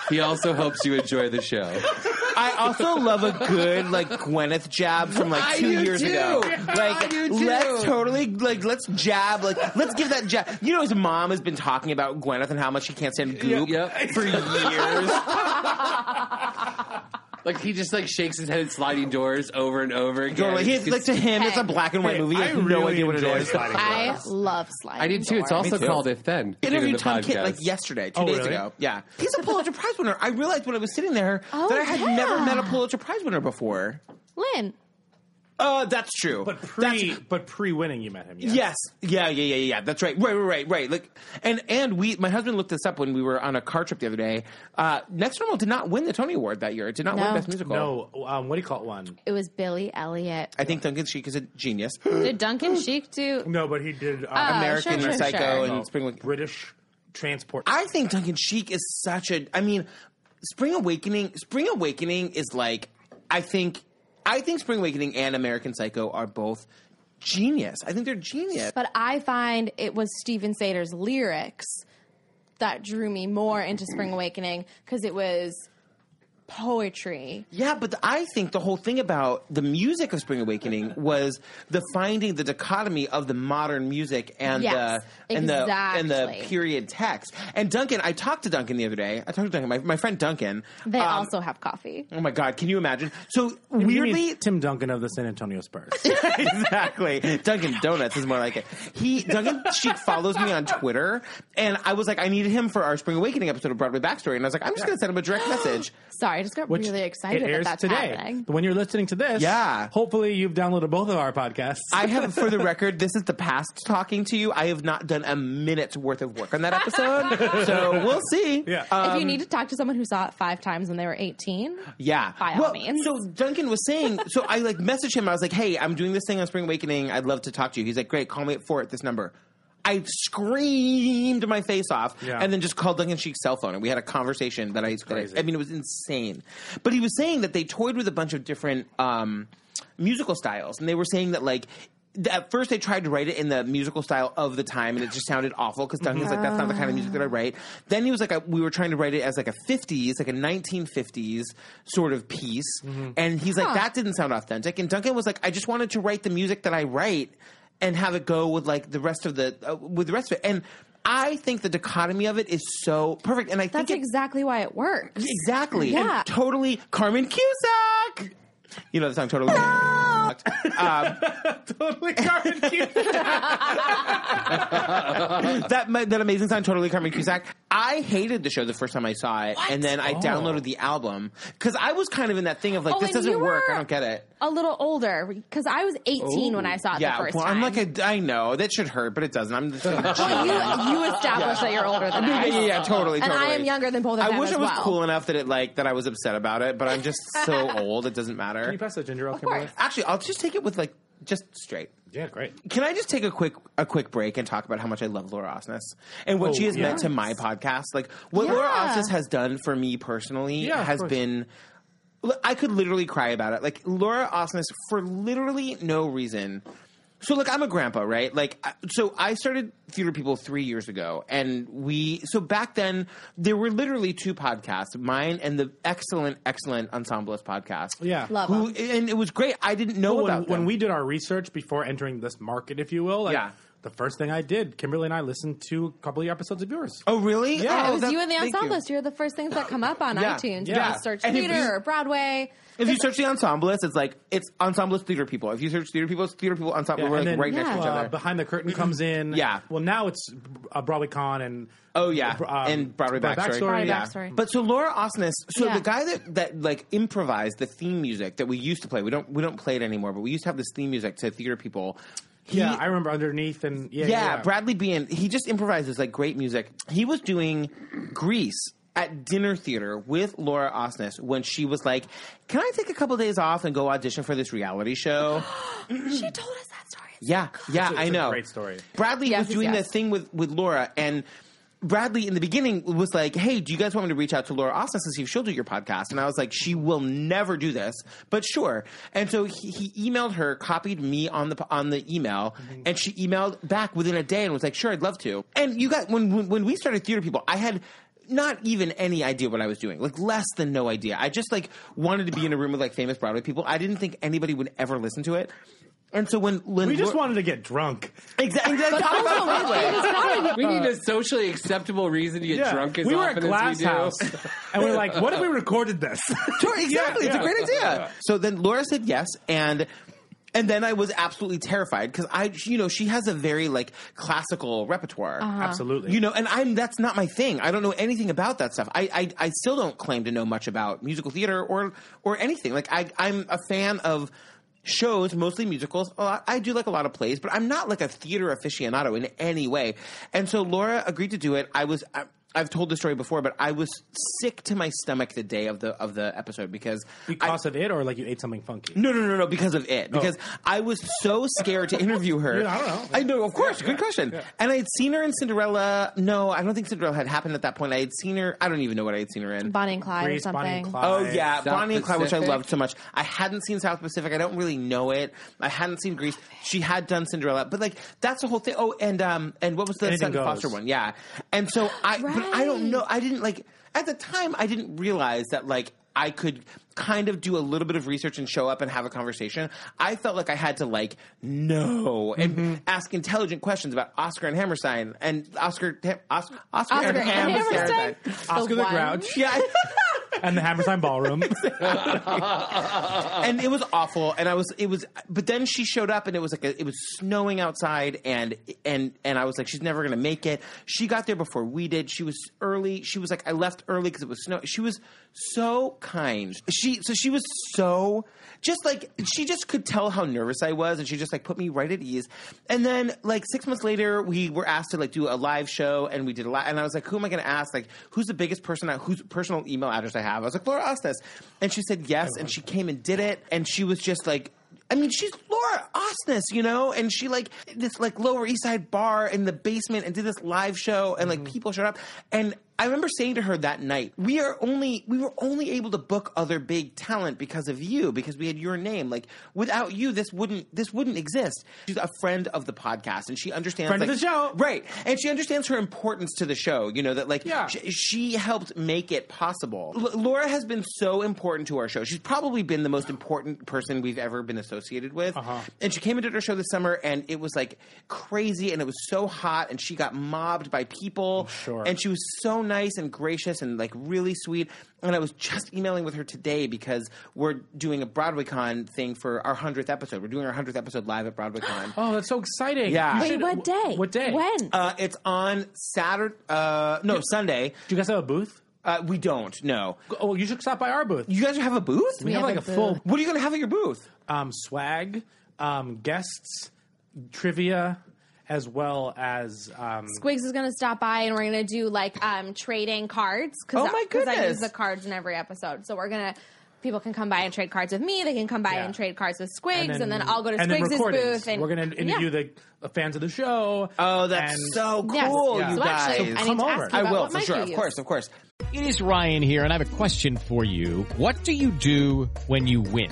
Speaker 7: he also hopes you enjoy the show.
Speaker 9: I also love a good like Gwyneth jab from like
Speaker 7: I
Speaker 9: two
Speaker 7: do
Speaker 9: years
Speaker 7: too.
Speaker 9: ago.
Speaker 7: I
Speaker 9: Like
Speaker 7: do too.
Speaker 9: let's totally like let's jab like let's give that jab. You know his mom has been talking about Gwyneth and how much she can't stand goop
Speaker 7: yep.
Speaker 9: for years.
Speaker 7: Like he just like shakes his head at sliding doors over and over again.
Speaker 9: totally. He,
Speaker 7: It's-
Speaker 9: like to him, it's a
Speaker 8: Hey.
Speaker 9: black and white
Speaker 6: Hey,
Speaker 9: movie. He
Speaker 6: I
Speaker 9: has no
Speaker 6: really
Speaker 9: idea what it
Speaker 6: enjoy
Speaker 9: is.
Speaker 6: sliding
Speaker 8: I
Speaker 6: doors.
Speaker 8: love sliding.
Speaker 7: I did too. It's
Speaker 8: Door.
Speaker 7: also
Speaker 9: too.
Speaker 7: called If Then.
Speaker 9: I interviewed
Speaker 7: during the
Speaker 9: Tom Kitt
Speaker 7: podcast.
Speaker 9: like yesterday, two
Speaker 6: Oh,
Speaker 9: days
Speaker 6: really?
Speaker 9: ago. Yeah, he's a Pulitzer Prize winner. I realized when I was sitting there
Speaker 8: Oh,
Speaker 9: that I had
Speaker 8: yeah.
Speaker 9: never met a Pulitzer Prize winner before.
Speaker 8: Lynn.
Speaker 9: Uh, that's true.
Speaker 6: But
Speaker 9: That's-
Speaker 6: pre, but pre-winning, you met him. Yes.
Speaker 9: Yes. Yeah, yeah, yeah, yeah. That's right. Right, right, right, right. Like and and we my husband looked this up when we were on a car trip the other day. Uh Next Normal did not win the Tony Award that year. It did not win
Speaker 8: No.
Speaker 9: Best Musical.
Speaker 6: No. Um, what do you call it? One.
Speaker 8: It was Billy Elliot.
Speaker 9: I think Duncan Sheik is a genius.
Speaker 8: Did
Speaker 9: oh.
Speaker 8: Duncan Sheik do?
Speaker 6: No, but he did. Um,
Speaker 9: American
Speaker 8: sure, sure,
Speaker 9: Psycho
Speaker 8: Uh, sure.
Speaker 9: and Spring Awakening.
Speaker 6: British transport.
Speaker 9: I think Duncan Sheik is such a I mean, Spring Awakening Spring Awakening is like I think I think Spring Awakening and American Psycho are both genius. I think they're genius.
Speaker 8: But I find it was Steven Sater's lyrics that drew me more into
Speaker 9: Mm.
Speaker 8: Spring Awakening because it was poetry.
Speaker 9: Yeah, but the- I think the whole thing about the music of Spring Awakening was the finding the dichotomy of the modern music and
Speaker 8: Yes,
Speaker 9: the and the and the
Speaker 8: exactly.
Speaker 9: period text. And Duncan, I talked to Duncan the other day. I talked to Duncan, my, my friend Duncan.
Speaker 8: They
Speaker 9: Um,
Speaker 8: also have coffee.
Speaker 9: Oh my God! Can you imagine? So
Speaker 6: You mean
Speaker 9: weirdly,
Speaker 6: Tim Duncan of the San Antonio Spurs.
Speaker 9: exactly. Dunkin' Donuts is more like it. He Duncan Sheik follows me on Twitter, and I was like, I needed him for our Spring Awakening episode of Broadway Backstory, and I was like, I'm just gonna send him a direct message.
Speaker 8: Sorry, I just got
Speaker 6: which
Speaker 8: really excited
Speaker 6: it
Speaker 8: that
Speaker 6: airs
Speaker 8: that's
Speaker 6: today.
Speaker 8: happening.
Speaker 6: When you're listening to this,
Speaker 9: Yeah.
Speaker 6: hopefully you've downloaded both of our podcasts.
Speaker 9: I have, for the record, this is the past talking to you. I have not done a minute's worth of work on that episode, so we'll see. Uh,
Speaker 6: Yeah.
Speaker 9: Um,
Speaker 8: if you need to talk to someone who saw it five times when they were 18,
Speaker 9: Yeah.
Speaker 8: By all means.
Speaker 9: So Duncan was saying, so I like messaged him. I was like, hey, I'm doing this thing on Spring Awakening. I'd love to talk to you. He's like, great, call me at four at this number. I screamed my face off
Speaker 6: Yeah.
Speaker 9: and then just called Duncan Sheik's cell phone and we had a conversation that I, that I I mean it was insane. But he was saying that they toyed with a bunch of different um, musical styles and they were saying that like th- at first they tried to write it in the musical style of the time and it just sounded awful because Duncan's like that's not the kind of music that I write. Then he was like a, we were trying to write it as like a 50s like a 1950s sort of piece and he's like that didn't sound authentic and Duncan was like I just wanted to write the music that I write and have it go with like the rest of the uh, with the rest of it and I think the dichotomy of it is so perfect and I
Speaker 8: that's
Speaker 9: think it,
Speaker 8: exactly why it works.
Speaker 9: exactly and
Speaker 8: Yeah.
Speaker 9: totally Carmen Cusack you know the song totally fucked. Um,
Speaker 6: Totally Carmen Cusack.
Speaker 9: that ma- that amazing song, totally Carmen Cusack. I hated the show the first time I saw it, and then I downloaded the album because I was kind of in that thing of like,
Speaker 8: Oh,
Speaker 9: this
Speaker 8: and
Speaker 9: doesn't
Speaker 8: you
Speaker 9: work. I
Speaker 8: were-
Speaker 9: don't get it.
Speaker 8: a little older because I was 18 when I saw it
Speaker 9: Oh, yeah,
Speaker 8: the first
Speaker 9: well,
Speaker 8: time.
Speaker 9: I'm like a, I know that should hurt, but it doesn't. I'm just like a
Speaker 8: Well,
Speaker 9: Jew.
Speaker 8: you you established that you're older than
Speaker 9: Oh, yeah,
Speaker 8: I.
Speaker 9: yeah, yeah, totally,
Speaker 8: And I
Speaker 9: totally.
Speaker 8: am younger than both of them.
Speaker 9: I wish
Speaker 8: as
Speaker 9: I was
Speaker 8: well.
Speaker 9: cool enough that it like that I was upset about it, but I'm just so old it doesn't matter.
Speaker 6: Can you pass that ginger ale,
Speaker 8: Of course.
Speaker 6: Kimberly?
Speaker 9: Actually, I'll just take it with like just straight.
Speaker 6: Yeah, great.
Speaker 9: Can I just take a quick a quick break and talk about how much I love Laura Osnes and what
Speaker 6: Oh,
Speaker 9: she has meant
Speaker 6: yes.
Speaker 9: to my podcast? Like what Laura
Speaker 8: Yeah.
Speaker 9: Osnes has done for me personally
Speaker 6: Yeah, of
Speaker 9: has
Speaker 6: course.
Speaker 9: been I could literally cry about it. Like Laura Osnes for literally no reason. So like I'm a grandpa, right? Like I- so I started Theater People 3 years ago and we so back then there were literally two podcasts, mine and the excellent excellent Ensemblist podcast.
Speaker 6: Yeah.
Speaker 8: Love
Speaker 9: Who,
Speaker 8: them.
Speaker 9: and it was great. I didn't know
Speaker 6: Well, when,
Speaker 9: about
Speaker 6: when
Speaker 9: them.
Speaker 6: we did our research before entering this market, if you will, like,
Speaker 9: Yeah.
Speaker 6: the first thing I did, Kimberly and I listened to a couple of episodes of yours.
Speaker 9: Oh, really?
Speaker 6: Yeah,
Speaker 9: Oh,
Speaker 8: it was
Speaker 9: that-
Speaker 8: you and the
Speaker 9: thank you.
Speaker 8: ensemblist. You. are the first things that come up on
Speaker 9: Yeah,
Speaker 8: iTunes.
Speaker 6: yeah.
Speaker 8: You just search
Speaker 9: And if
Speaker 8: theater
Speaker 9: you-
Speaker 8: or Broadway.
Speaker 9: If you search the ensemblist, it's like it's ensemblist theater people. If you search theater people, it's theater people ensemble.
Speaker 6: Yeah,
Speaker 9: We're like
Speaker 6: and then,
Speaker 9: right next to
Speaker 8: yeah.
Speaker 9: each
Speaker 6: uh,
Speaker 9: other. Mm-hmm.
Speaker 6: Behind the curtain comes in.
Speaker 9: Yeah.
Speaker 6: Well, now it's uh, Broadway Con and
Speaker 9: Oh yeah,
Speaker 6: Bro- um,
Speaker 9: and Broadway
Speaker 6: Broadway
Speaker 9: backstory.
Speaker 6: Backstory,
Speaker 9: yeah.
Speaker 8: Backstory.
Speaker 9: But so Laura Osnes, so
Speaker 8: Yeah.
Speaker 9: the guy that that like improvised the theme music that we used to play. We don't we don't play it anymore, but we used to have this theme music to theater people. He-
Speaker 6: yeah, I remember underneath and yeah,
Speaker 9: yeah, Bradley Bean. He just improvises like great music. He was doing Grease at dinner theater with Laura Osnes when she was like, "Can I take a couple days off and go audition for this reality show?"
Speaker 8: She told us that story. It's
Speaker 9: Yeah, yeah,
Speaker 6: it's
Speaker 9: I
Speaker 6: a
Speaker 9: know.
Speaker 6: great story.
Speaker 9: Bradley
Speaker 8: Yes,
Speaker 9: was
Speaker 8: yes,
Speaker 9: doing
Speaker 8: yes.
Speaker 9: the thing with with Laura, and Bradley in the beginning was like, "Hey, do you guys want me to reach out to Laura Austin to see if she'll do your podcast?" And I was like, "She will never do this, but sure." And so he, he emailed her, copied me on the on the email,
Speaker 8: Mm-hmm.
Speaker 9: and she emailed back within a day and was like, "Sure, I'd love to." And you got when when, when we started theater people, I had. Not even any idea what I was doing, like less than no idea. I just like wanted to be in a room with like famous Broadway people. I didn't think anybody would ever listen to it, and so when, when
Speaker 6: We just
Speaker 9: Laura-
Speaker 6: wanted to get drunk.
Speaker 9: Exactly.
Speaker 8: also, it's famous Broadway.
Speaker 7: We need a socially acceptable reason to get drunk as
Speaker 6: we were
Speaker 7: often
Speaker 6: at Glass
Speaker 7: as we do.
Speaker 6: House, and we are like, "What if we recorded this?"
Speaker 9: exactly.
Speaker 6: Yeah,
Speaker 9: it's
Speaker 6: yeah.
Speaker 9: a great idea. So then Laura said yes, and and then I was absolutely terrified because I, you know, she has a very like classical repertoire.
Speaker 6: Uh-huh. Absolutely.
Speaker 9: You know, and I'm that's not my thing. I don't know anything about that stuff. I, I I still don't claim to know much about musical theater or or anything. Like I I'm a fan of shows, mostly musicals. A lot, I do like a lot of plays, but I'm not like a theater aficionado in any way. And so Laura agreed to do it. I was I, I've told the story before, but I was sick to my stomach the day of the of the episode because I, Mm-hmm.
Speaker 6: because of it, or like you ate something funky.
Speaker 9: no, no, no, no, because of it. Because I was so scared to interview her.
Speaker 6: Oh. Yeah, I don't know.
Speaker 9: I know, of course. good question. And I had seen her in Cinderella. No, I don't think Cinderella had happened at that point. I had seen her. I don't even know what I had seen her in.
Speaker 8: Bonnie and Clyde or
Speaker 6: Grease,
Speaker 8: something.
Speaker 6: Bonnie and Clyde.
Speaker 9: Oh yeah,
Speaker 7: South
Speaker 9: Bonnie and Clyde, which I
Speaker 7: Pacific.
Speaker 9: loved so much. I hadn't seen South Pacific. I don't really know it. I hadn't seen Greece. She had done Cinderella, but like that's the whole thing. Oh, and um, and what was the Sutton
Speaker 6: Anything goes.
Speaker 9: Foster one? Yeah, and so I, but I don't
Speaker 8: Right.
Speaker 9: know. I didn't like at the time. I didn't realize that like I could kind of do a little bit of research and show up and have a conversation. I felt like I had to like know and ask intelligent questions about Oscar and Hammerstein and Oscar Oscar, Oscar,
Speaker 8: Oscar
Speaker 9: and Hammerstein.
Speaker 6: Oscar the
Speaker 8: one.
Speaker 6: Grouch
Speaker 9: Yeah.
Speaker 6: and the Hammerstein Ballroom.
Speaker 9: and it was awful and i was it was but then she showed up and it was like a, it was snowing outside and and and i was like she's never gonna make it she got there before we did she was early she was like i left early because it was snow she was so kind she so she was so just like she just could tell how nervous i was and she just like put me right at ease and then like six months later we were asked to like do a live show and we did a lot and i was like who am i gonna ask like who's the biggest person I, whose personal email address i have i was like laura ostes and she said yes and she came and did it and she was just like I mean, she's Laura Osnes, you know, and she like this like Lower East Side bar in the basement and did this live show, and
Speaker 6: Mm-hmm.
Speaker 9: like people showed up. And I remember saying to her that night, "We are only we were only able to book other big talent because of you, because we had your name. Like without you, this wouldn't this wouldn't exist." She's a friend of the podcast, and she understands
Speaker 6: Friend of
Speaker 9: like,
Speaker 6: the show.
Speaker 9: right? And she understands her importance to the show. You know that like
Speaker 6: Yeah.
Speaker 9: she, she helped make it possible. L- Laura has been so important to our show. She's probably been the most important person we've ever been associated with. And she came and did her show this summer, and it was like crazy, and it was so hot, and she got mobbed by people.
Speaker 6: sure.
Speaker 9: And she was so nice and gracious and like really sweet. And I was just emailing with her today because we're doing a Broadway con thing for our hundredth episode. We're doing our hundredth episode live at BroadwayCon.
Speaker 6: Oh, that's so exciting.
Speaker 9: Yeah.
Speaker 6: You
Speaker 8: Wait,
Speaker 6: should-
Speaker 8: what day?
Speaker 6: What day?
Speaker 8: When?
Speaker 9: Uh, it's on Saturday. Uh, no, Sunday.
Speaker 6: Do you guys have a booth?
Speaker 9: Uh, we don't. No.
Speaker 6: Oh, well, you should stop by our booth.
Speaker 9: You guys have a booth.
Speaker 6: we, have,
Speaker 8: have
Speaker 6: like
Speaker 8: a
Speaker 6: a, full
Speaker 9: What are you going to have at your booth?
Speaker 6: um, swag, um, guests, trivia, as well as um,
Speaker 8: Squigs is gonna stop by and we're gonna do like um trading cards. Cause
Speaker 9: Oh
Speaker 8: I-
Speaker 9: my
Speaker 8: 'cause I
Speaker 9: goodness.
Speaker 8: use the cards in every episode, so we're gonna. People can come by and trade cards with me. They can come by
Speaker 6: Yeah.
Speaker 8: and trade cards with Squigs, and then, I'll go to
Speaker 6: and then
Speaker 8: Squigs'
Speaker 6: recordings.
Speaker 8: booth. And
Speaker 6: We're going to interview
Speaker 8: Yeah.
Speaker 6: the, the fans of the show.
Speaker 9: Oh, that's
Speaker 6: and-
Speaker 9: so cool,
Speaker 8: Yes.
Speaker 9: you
Speaker 8: So
Speaker 9: guys.
Speaker 8: actually, I
Speaker 6: Come
Speaker 8: need to
Speaker 6: over.
Speaker 8: ask you
Speaker 9: I
Speaker 8: about
Speaker 9: will
Speaker 8: what
Speaker 9: for
Speaker 8: mic
Speaker 9: sure.
Speaker 8: you
Speaker 9: Of
Speaker 8: use.
Speaker 9: course, of course.
Speaker 10: It is Ryan here, and I have a question for you. What do you do when you win?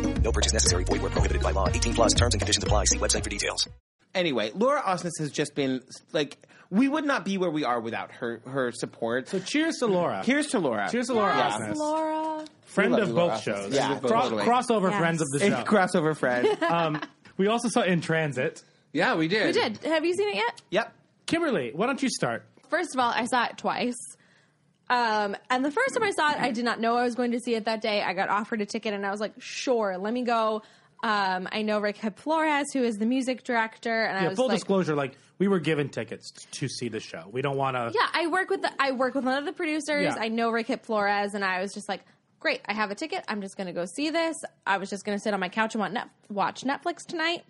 Speaker 11: No purchase necessary. Void were prohibited by law. 18 plus terms and conditions apply. See website for details.
Speaker 9: Anyway, Laura Osnes has just been like, we would not be where we are without her her support.
Speaker 6: So cheers to Laura.
Speaker 9: Here's to Laura.
Speaker 6: Cheers to Laura.
Speaker 8: Yes,
Speaker 6: Osnes.
Speaker 8: Laura.
Speaker 6: Friend
Speaker 9: We love
Speaker 6: of
Speaker 9: you,
Speaker 6: both
Speaker 9: Laura.
Speaker 6: shows.
Speaker 9: Yeah.
Speaker 6: Cross-
Speaker 7: Totally.
Speaker 6: crossover
Speaker 8: Yes.
Speaker 6: friends of the
Speaker 9: a
Speaker 6: show.
Speaker 9: crossover friend.
Speaker 6: um, we also saw In Transit.
Speaker 7: Yeah, we did.
Speaker 8: We did. Have you seen it yet?
Speaker 9: yep.
Speaker 6: Kimberly, why don't you start?
Speaker 8: First of all, I saw it twice. Um, and the first time I saw it, I did not know I was going to see it that day. I got offered a ticket and I was like, sure, let me go. Um, I know Rick Hip Flores, who is the music director, and I
Speaker 6: Yeah,
Speaker 8: was
Speaker 6: full
Speaker 8: like,
Speaker 6: disclosure, like we were given tickets to see the show. We don't want to.
Speaker 8: yeah, I work with the, I work with one of the producers.
Speaker 6: Yeah.
Speaker 8: I know Rick Hip Flores, and I was just like, great, I have a ticket. I'm just going to go see this. I was just going to sit on my couch and want net, watch Netflix tonight,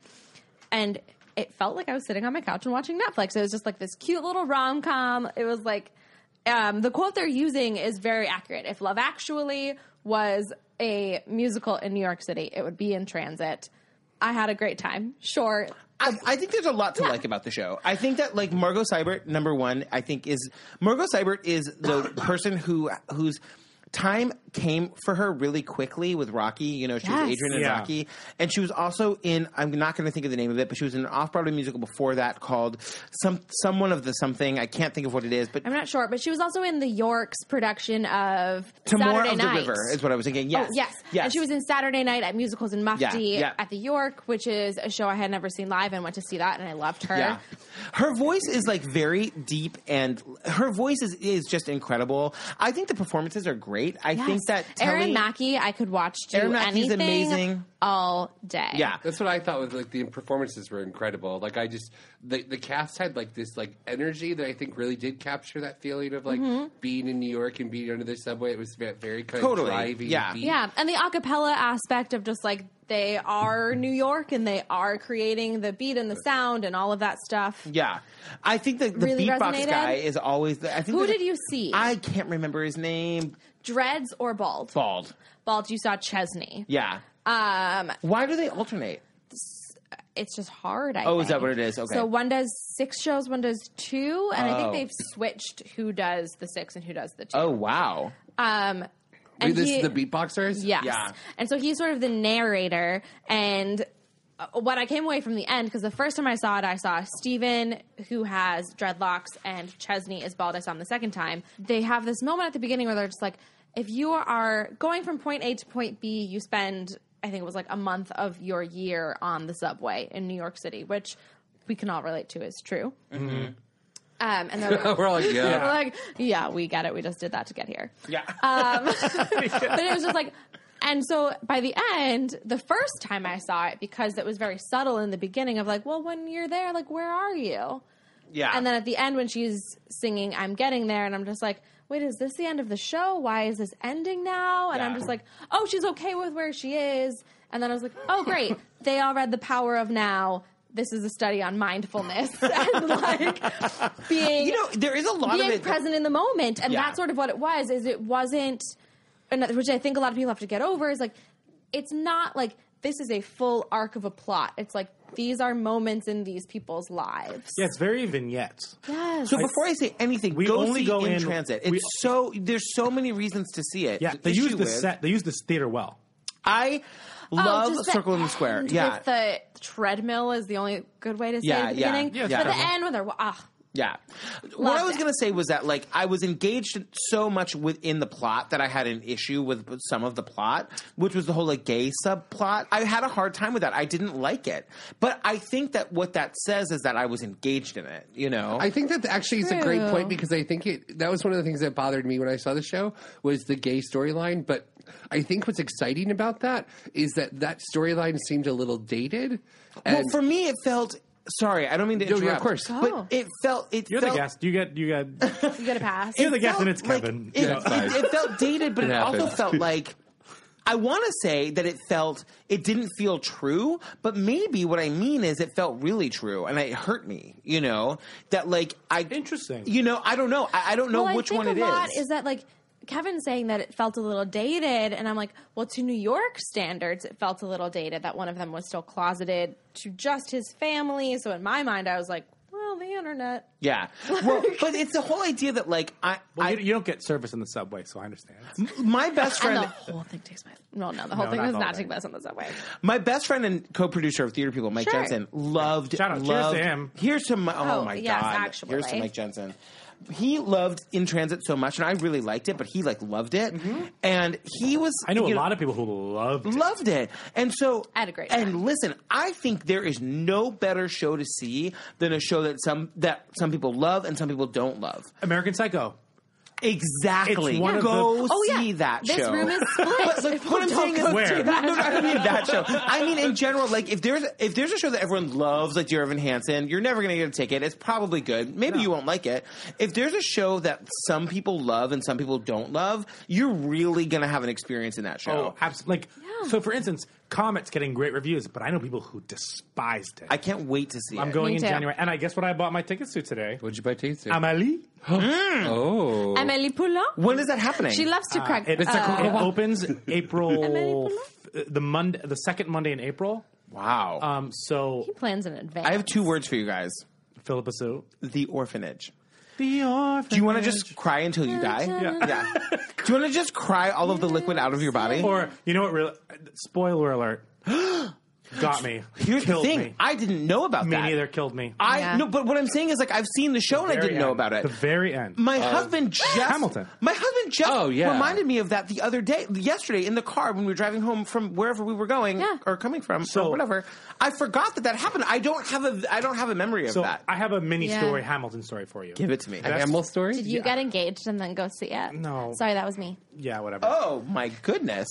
Speaker 8: and it felt like I was sitting on my couch and watching Netflix. It was just like this cute little rom com. It was like um, the quote they're using is very accurate. If Love Actually was a musical in New York City, it would be in transit. I had a great time. Sure,
Speaker 9: I, I think there's a lot to like about the show. I think that like Margot Seibert, number one, I think is Margot Seibert is the person who whose time came for her really quickly with Rocky. You know, she
Speaker 8: Yes.
Speaker 9: was Adrian and
Speaker 6: Yeah.
Speaker 9: Rocky, and she was also in. I'm not going to think of the name of it, but she was in an off Broadway musical before that called some someone of the something. I can't think of what it is, but
Speaker 8: I'm not sure, but she was also in the Yorks production of
Speaker 9: Tomorrow
Speaker 8: Saturday
Speaker 9: of
Speaker 8: Night.
Speaker 9: the River is what I was thinking. Yes,
Speaker 8: Oh, yes.
Speaker 9: yes.
Speaker 8: And she was in Saturday Night at Musicals in Mufti
Speaker 9: Yeah, yeah.
Speaker 8: at the York, which is a show I had never seen live and went to see that and I loved her.
Speaker 9: Yeah. Her voice is like very deep and her voice is, is just incredible. I think the performances are great. I
Speaker 8: Yes.
Speaker 9: think that
Speaker 8: Aaron
Speaker 9: Telly-
Speaker 8: Mackey, I could watch do
Speaker 9: Erin Mackey's
Speaker 8: anything
Speaker 9: amazing.
Speaker 8: all day.
Speaker 9: Yeah.
Speaker 7: That's what I thought was like the performances were incredible. Like I just the the cast had like this like energy that I think really did capture that feeling of like
Speaker 8: Mm-hmm.
Speaker 7: being in New York and being under the subway. It was ve- very kind
Speaker 9: Totally.
Speaker 7: of driving.
Speaker 9: Yeah.
Speaker 7: beat.
Speaker 8: Yeah, and the acapella aspect of just like they are New York and they are creating the beat and the sound and all of that stuff.
Speaker 9: Yeah. I think the, the
Speaker 8: Really
Speaker 9: beatbox
Speaker 8: resonated?
Speaker 9: guy is always the, I think
Speaker 8: Who
Speaker 9: there's a-
Speaker 8: did you see?
Speaker 9: I can't remember his name.
Speaker 8: Dreads or bald?
Speaker 9: Bald.
Speaker 8: Bald, you saw Chesney.
Speaker 9: Yeah.
Speaker 8: Um,
Speaker 9: Why do they alternate?
Speaker 8: it's just hard. I
Speaker 9: Oh, is that
Speaker 8: think.
Speaker 9: what it is? Okay.
Speaker 8: So one does six shows, one does two, and I
Speaker 9: Oh.
Speaker 8: think they've switched who does the six and who does the two.
Speaker 9: Oh wow.
Speaker 8: Um,
Speaker 7: Were
Speaker 8: and
Speaker 7: this
Speaker 8: he-
Speaker 7: the beatboxers?
Speaker 8: Yes.
Speaker 9: Yeah.
Speaker 8: And so he's sort of the narrator. And uh, what I came away from the end, because the first time I saw it, I saw Steven, who has dreadlocks, and Chesney is bald. I saw him the second time. They have this moment at the beginning where they're just like, if you are going from point A to point B, you spend, I think it was like a month of your year on the subway in New York City, which we can all relate to is true. Mm-hmm. Um, and they're like,
Speaker 7: We're all like,
Speaker 8: they're
Speaker 7: yeah.
Speaker 8: like, yeah, we get it. We just did that to get here.
Speaker 9: Yeah.
Speaker 8: Um, but it was just like, and so by the end, the first time I saw it, because it was very subtle in the beginning of like, well, when you're there, like, where are you?
Speaker 9: yeah.
Speaker 8: And then at the end, when she's singing, I'm getting there, and I'm just like, wait, is this the end of the show? Why is this ending now? And I'm
Speaker 9: Yeah.
Speaker 8: just like, oh, she's okay with where she is. And then I was like, oh, great. they all read The Power of Now. This is a study on mindfulness and like being
Speaker 9: You know, there is a lot of
Speaker 8: being
Speaker 9: it.
Speaker 8: present in the moment, and
Speaker 9: Yeah.
Speaker 8: that's sort of what it was. Is it wasn't, and that- which I think a lot of people have to get over. Is like, it's not like this is a full arc of a plot. It's like these are moments in these people's lives.
Speaker 6: Yeah, it's very vignettes.
Speaker 8: Yes.
Speaker 9: So before I say anything,
Speaker 6: We
Speaker 9: go
Speaker 6: only
Speaker 9: see
Speaker 6: go
Speaker 9: in,
Speaker 6: in-
Speaker 9: transit. It's
Speaker 6: we-
Speaker 9: so there's so many reasons to see it.
Speaker 6: Yeah, they
Speaker 9: issue
Speaker 6: use the
Speaker 9: is-
Speaker 6: set. They use this theater well.
Speaker 9: I
Speaker 8: Oh,
Speaker 9: love
Speaker 8: just
Speaker 9: Circle in the Square.
Speaker 8: end
Speaker 9: Yeah,
Speaker 8: With the treadmill is the only good way to say
Speaker 9: Yeah,
Speaker 8: it at the
Speaker 9: yeah.
Speaker 8: beginning.
Speaker 9: Yeah,
Speaker 8: But
Speaker 9: treadmill.
Speaker 8: the end when they're ah.
Speaker 9: yeah. what I
Speaker 8: Loved
Speaker 9: was
Speaker 8: it.
Speaker 9: gonna say was that like I was engaged so much within the plot that I had an issue with some of the plot, which was the whole like gay subplot. I had a hard time with that. I didn't like it, but I think that what that says is that I was engaged in it. You know,
Speaker 7: I think that actually is a great
Speaker 8: True.
Speaker 7: point because I think it that was one of the things that bothered me when I saw the show was the gay storyline. But I think what's exciting about that is that that storyline seemed a little dated.
Speaker 9: well
Speaker 7: And
Speaker 9: for me it felt. Sorry, I don't mean to
Speaker 7: No, yeah,
Speaker 9: interrupt.
Speaker 7: of course.
Speaker 8: Oh.
Speaker 9: but it felt it
Speaker 6: You're
Speaker 9: felt
Speaker 6: the guest. You get. You get.
Speaker 8: You get a pass.
Speaker 6: You're the guest,
Speaker 9: felt
Speaker 6: and it's
Speaker 9: like-
Speaker 6: Kevin.
Speaker 9: it,
Speaker 6: You know.
Speaker 9: it- it felt dated, but it,
Speaker 7: It
Speaker 9: also
Speaker 7: happens.
Speaker 9: felt like I want to say that it felt it didn't feel true, but maybe what I mean is it felt really true, and it hurt me. You know that like I
Speaker 6: Interesting.
Speaker 9: You know I don't know I, I don't know
Speaker 8: well,
Speaker 9: which
Speaker 8: I think
Speaker 9: one it
Speaker 8: a
Speaker 9: is.
Speaker 8: lot is that like Kevin's saying that it felt a little dated, and I'm like, well, to New York standards, it felt a little dated that one of them was still closeted to just his family. So in my mind, I was like, well, the internet.
Speaker 9: yeah, well, but it's the whole idea that like I,
Speaker 6: Well,
Speaker 9: I
Speaker 6: you, you don't get service in the subway, so I understand.
Speaker 9: my best
Speaker 8: And the
Speaker 9: friend
Speaker 8: whole thing takes place. No, no, the whole
Speaker 6: No,
Speaker 8: thing
Speaker 6: not
Speaker 8: does
Speaker 6: the
Speaker 8: not
Speaker 6: whole
Speaker 8: take place on the subway.
Speaker 9: My best friend and co-producer of Theater People, Mike
Speaker 8: Sure.
Speaker 9: Jensen, loved.
Speaker 6: Shout out. Cheers
Speaker 9: loved-
Speaker 6: to him.
Speaker 9: Here's to my. Oh,
Speaker 8: Oh,
Speaker 9: my
Speaker 8: yes,
Speaker 9: god.
Speaker 8: actually.
Speaker 9: Here's to Mike Jensen. He loved In Transit so much, and I really liked it, but he like loved it, and he was.
Speaker 6: Mm-hmm. I know a
Speaker 9: you Mm-hmm.
Speaker 6: lot of people who love.
Speaker 9: loved it. And so
Speaker 8: I had a great
Speaker 9: And
Speaker 8: time.
Speaker 9: listen, I think there is no better show to see than a show that some that some people love and some people don't love.
Speaker 6: American Psycho.
Speaker 9: Exactly.
Speaker 6: It's one of
Speaker 9: go
Speaker 6: the-
Speaker 8: Oh, yeah.
Speaker 9: see that
Speaker 8: This
Speaker 9: show.
Speaker 8: room is split.
Speaker 9: But, like,
Speaker 8: People
Speaker 9: what I'm
Speaker 8: don't
Speaker 9: saying is,
Speaker 8: go
Speaker 9: no,
Speaker 6: Where?
Speaker 9: no, no, I don't mean that show. I mean in general. Like if there's if there's a show that everyone loves, like Dear Evan Hansen, you're never gonna get a ticket. It's probably good. Maybe you won't like it. If there's a show that some people love and some people don't love, you're really gonna have an experience in that show.
Speaker 6: Oh, absolutely. Like, so for instance, Comet's getting great reviews, but I know people who despised it.
Speaker 9: I can't wait to see.
Speaker 6: I'm
Speaker 9: it.
Speaker 6: going
Speaker 8: Me
Speaker 6: in
Speaker 8: too.
Speaker 6: January, and I guess what I bought my tickets to today.
Speaker 7: what'd you buy tickets? to?
Speaker 6: Amélie.
Speaker 7: oh,
Speaker 8: Emily Poulin.
Speaker 9: When is that happening?
Speaker 8: She loves to crack.
Speaker 6: It,
Speaker 8: uh,
Speaker 6: it opens April
Speaker 8: Amélie
Speaker 6: f- the Monday, the second Monday in April.
Speaker 9: wow.
Speaker 6: Um, so
Speaker 8: plans in advance.
Speaker 9: I have two words for you guys:
Speaker 6: Philip Asu.
Speaker 9: the orphanage.
Speaker 6: The orphanage.
Speaker 9: Do you want to just cry until you die?
Speaker 8: Yeah.
Speaker 9: Do you want to just cry all of the liquid out of your body?
Speaker 6: Or you know what? Really, spoiler alert. Got me.
Speaker 9: Here's
Speaker 6: Killed
Speaker 9: the thing:
Speaker 6: Me,
Speaker 9: I didn't know about
Speaker 6: me
Speaker 9: that.
Speaker 6: neither. Killed me.
Speaker 9: I
Speaker 8: Yeah.
Speaker 9: no, but what I'm saying is like I've seen the show and I
Speaker 6: Very
Speaker 9: didn't know
Speaker 6: end.
Speaker 9: about it.
Speaker 6: The very end.
Speaker 9: my husband just
Speaker 6: Hamilton.
Speaker 9: My husband just
Speaker 7: Oh, yeah.
Speaker 9: reminded me of that the other day, yesterday in the car when we were driving home from wherever we were going
Speaker 8: Yeah.
Speaker 9: or coming from
Speaker 6: So-
Speaker 9: or whatever. I forgot that that happened. I don't have a I don't have a memory of
Speaker 6: so
Speaker 9: that.
Speaker 6: I have a mini
Speaker 8: Yeah.
Speaker 6: story, Hamilton story for you.
Speaker 9: Give it to me.
Speaker 7: a Hamill story.
Speaker 8: Did you get engaged and then go see it?
Speaker 6: No.
Speaker 8: Sorry, that was me.
Speaker 6: Yeah, whatever.
Speaker 9: Oh my goodness!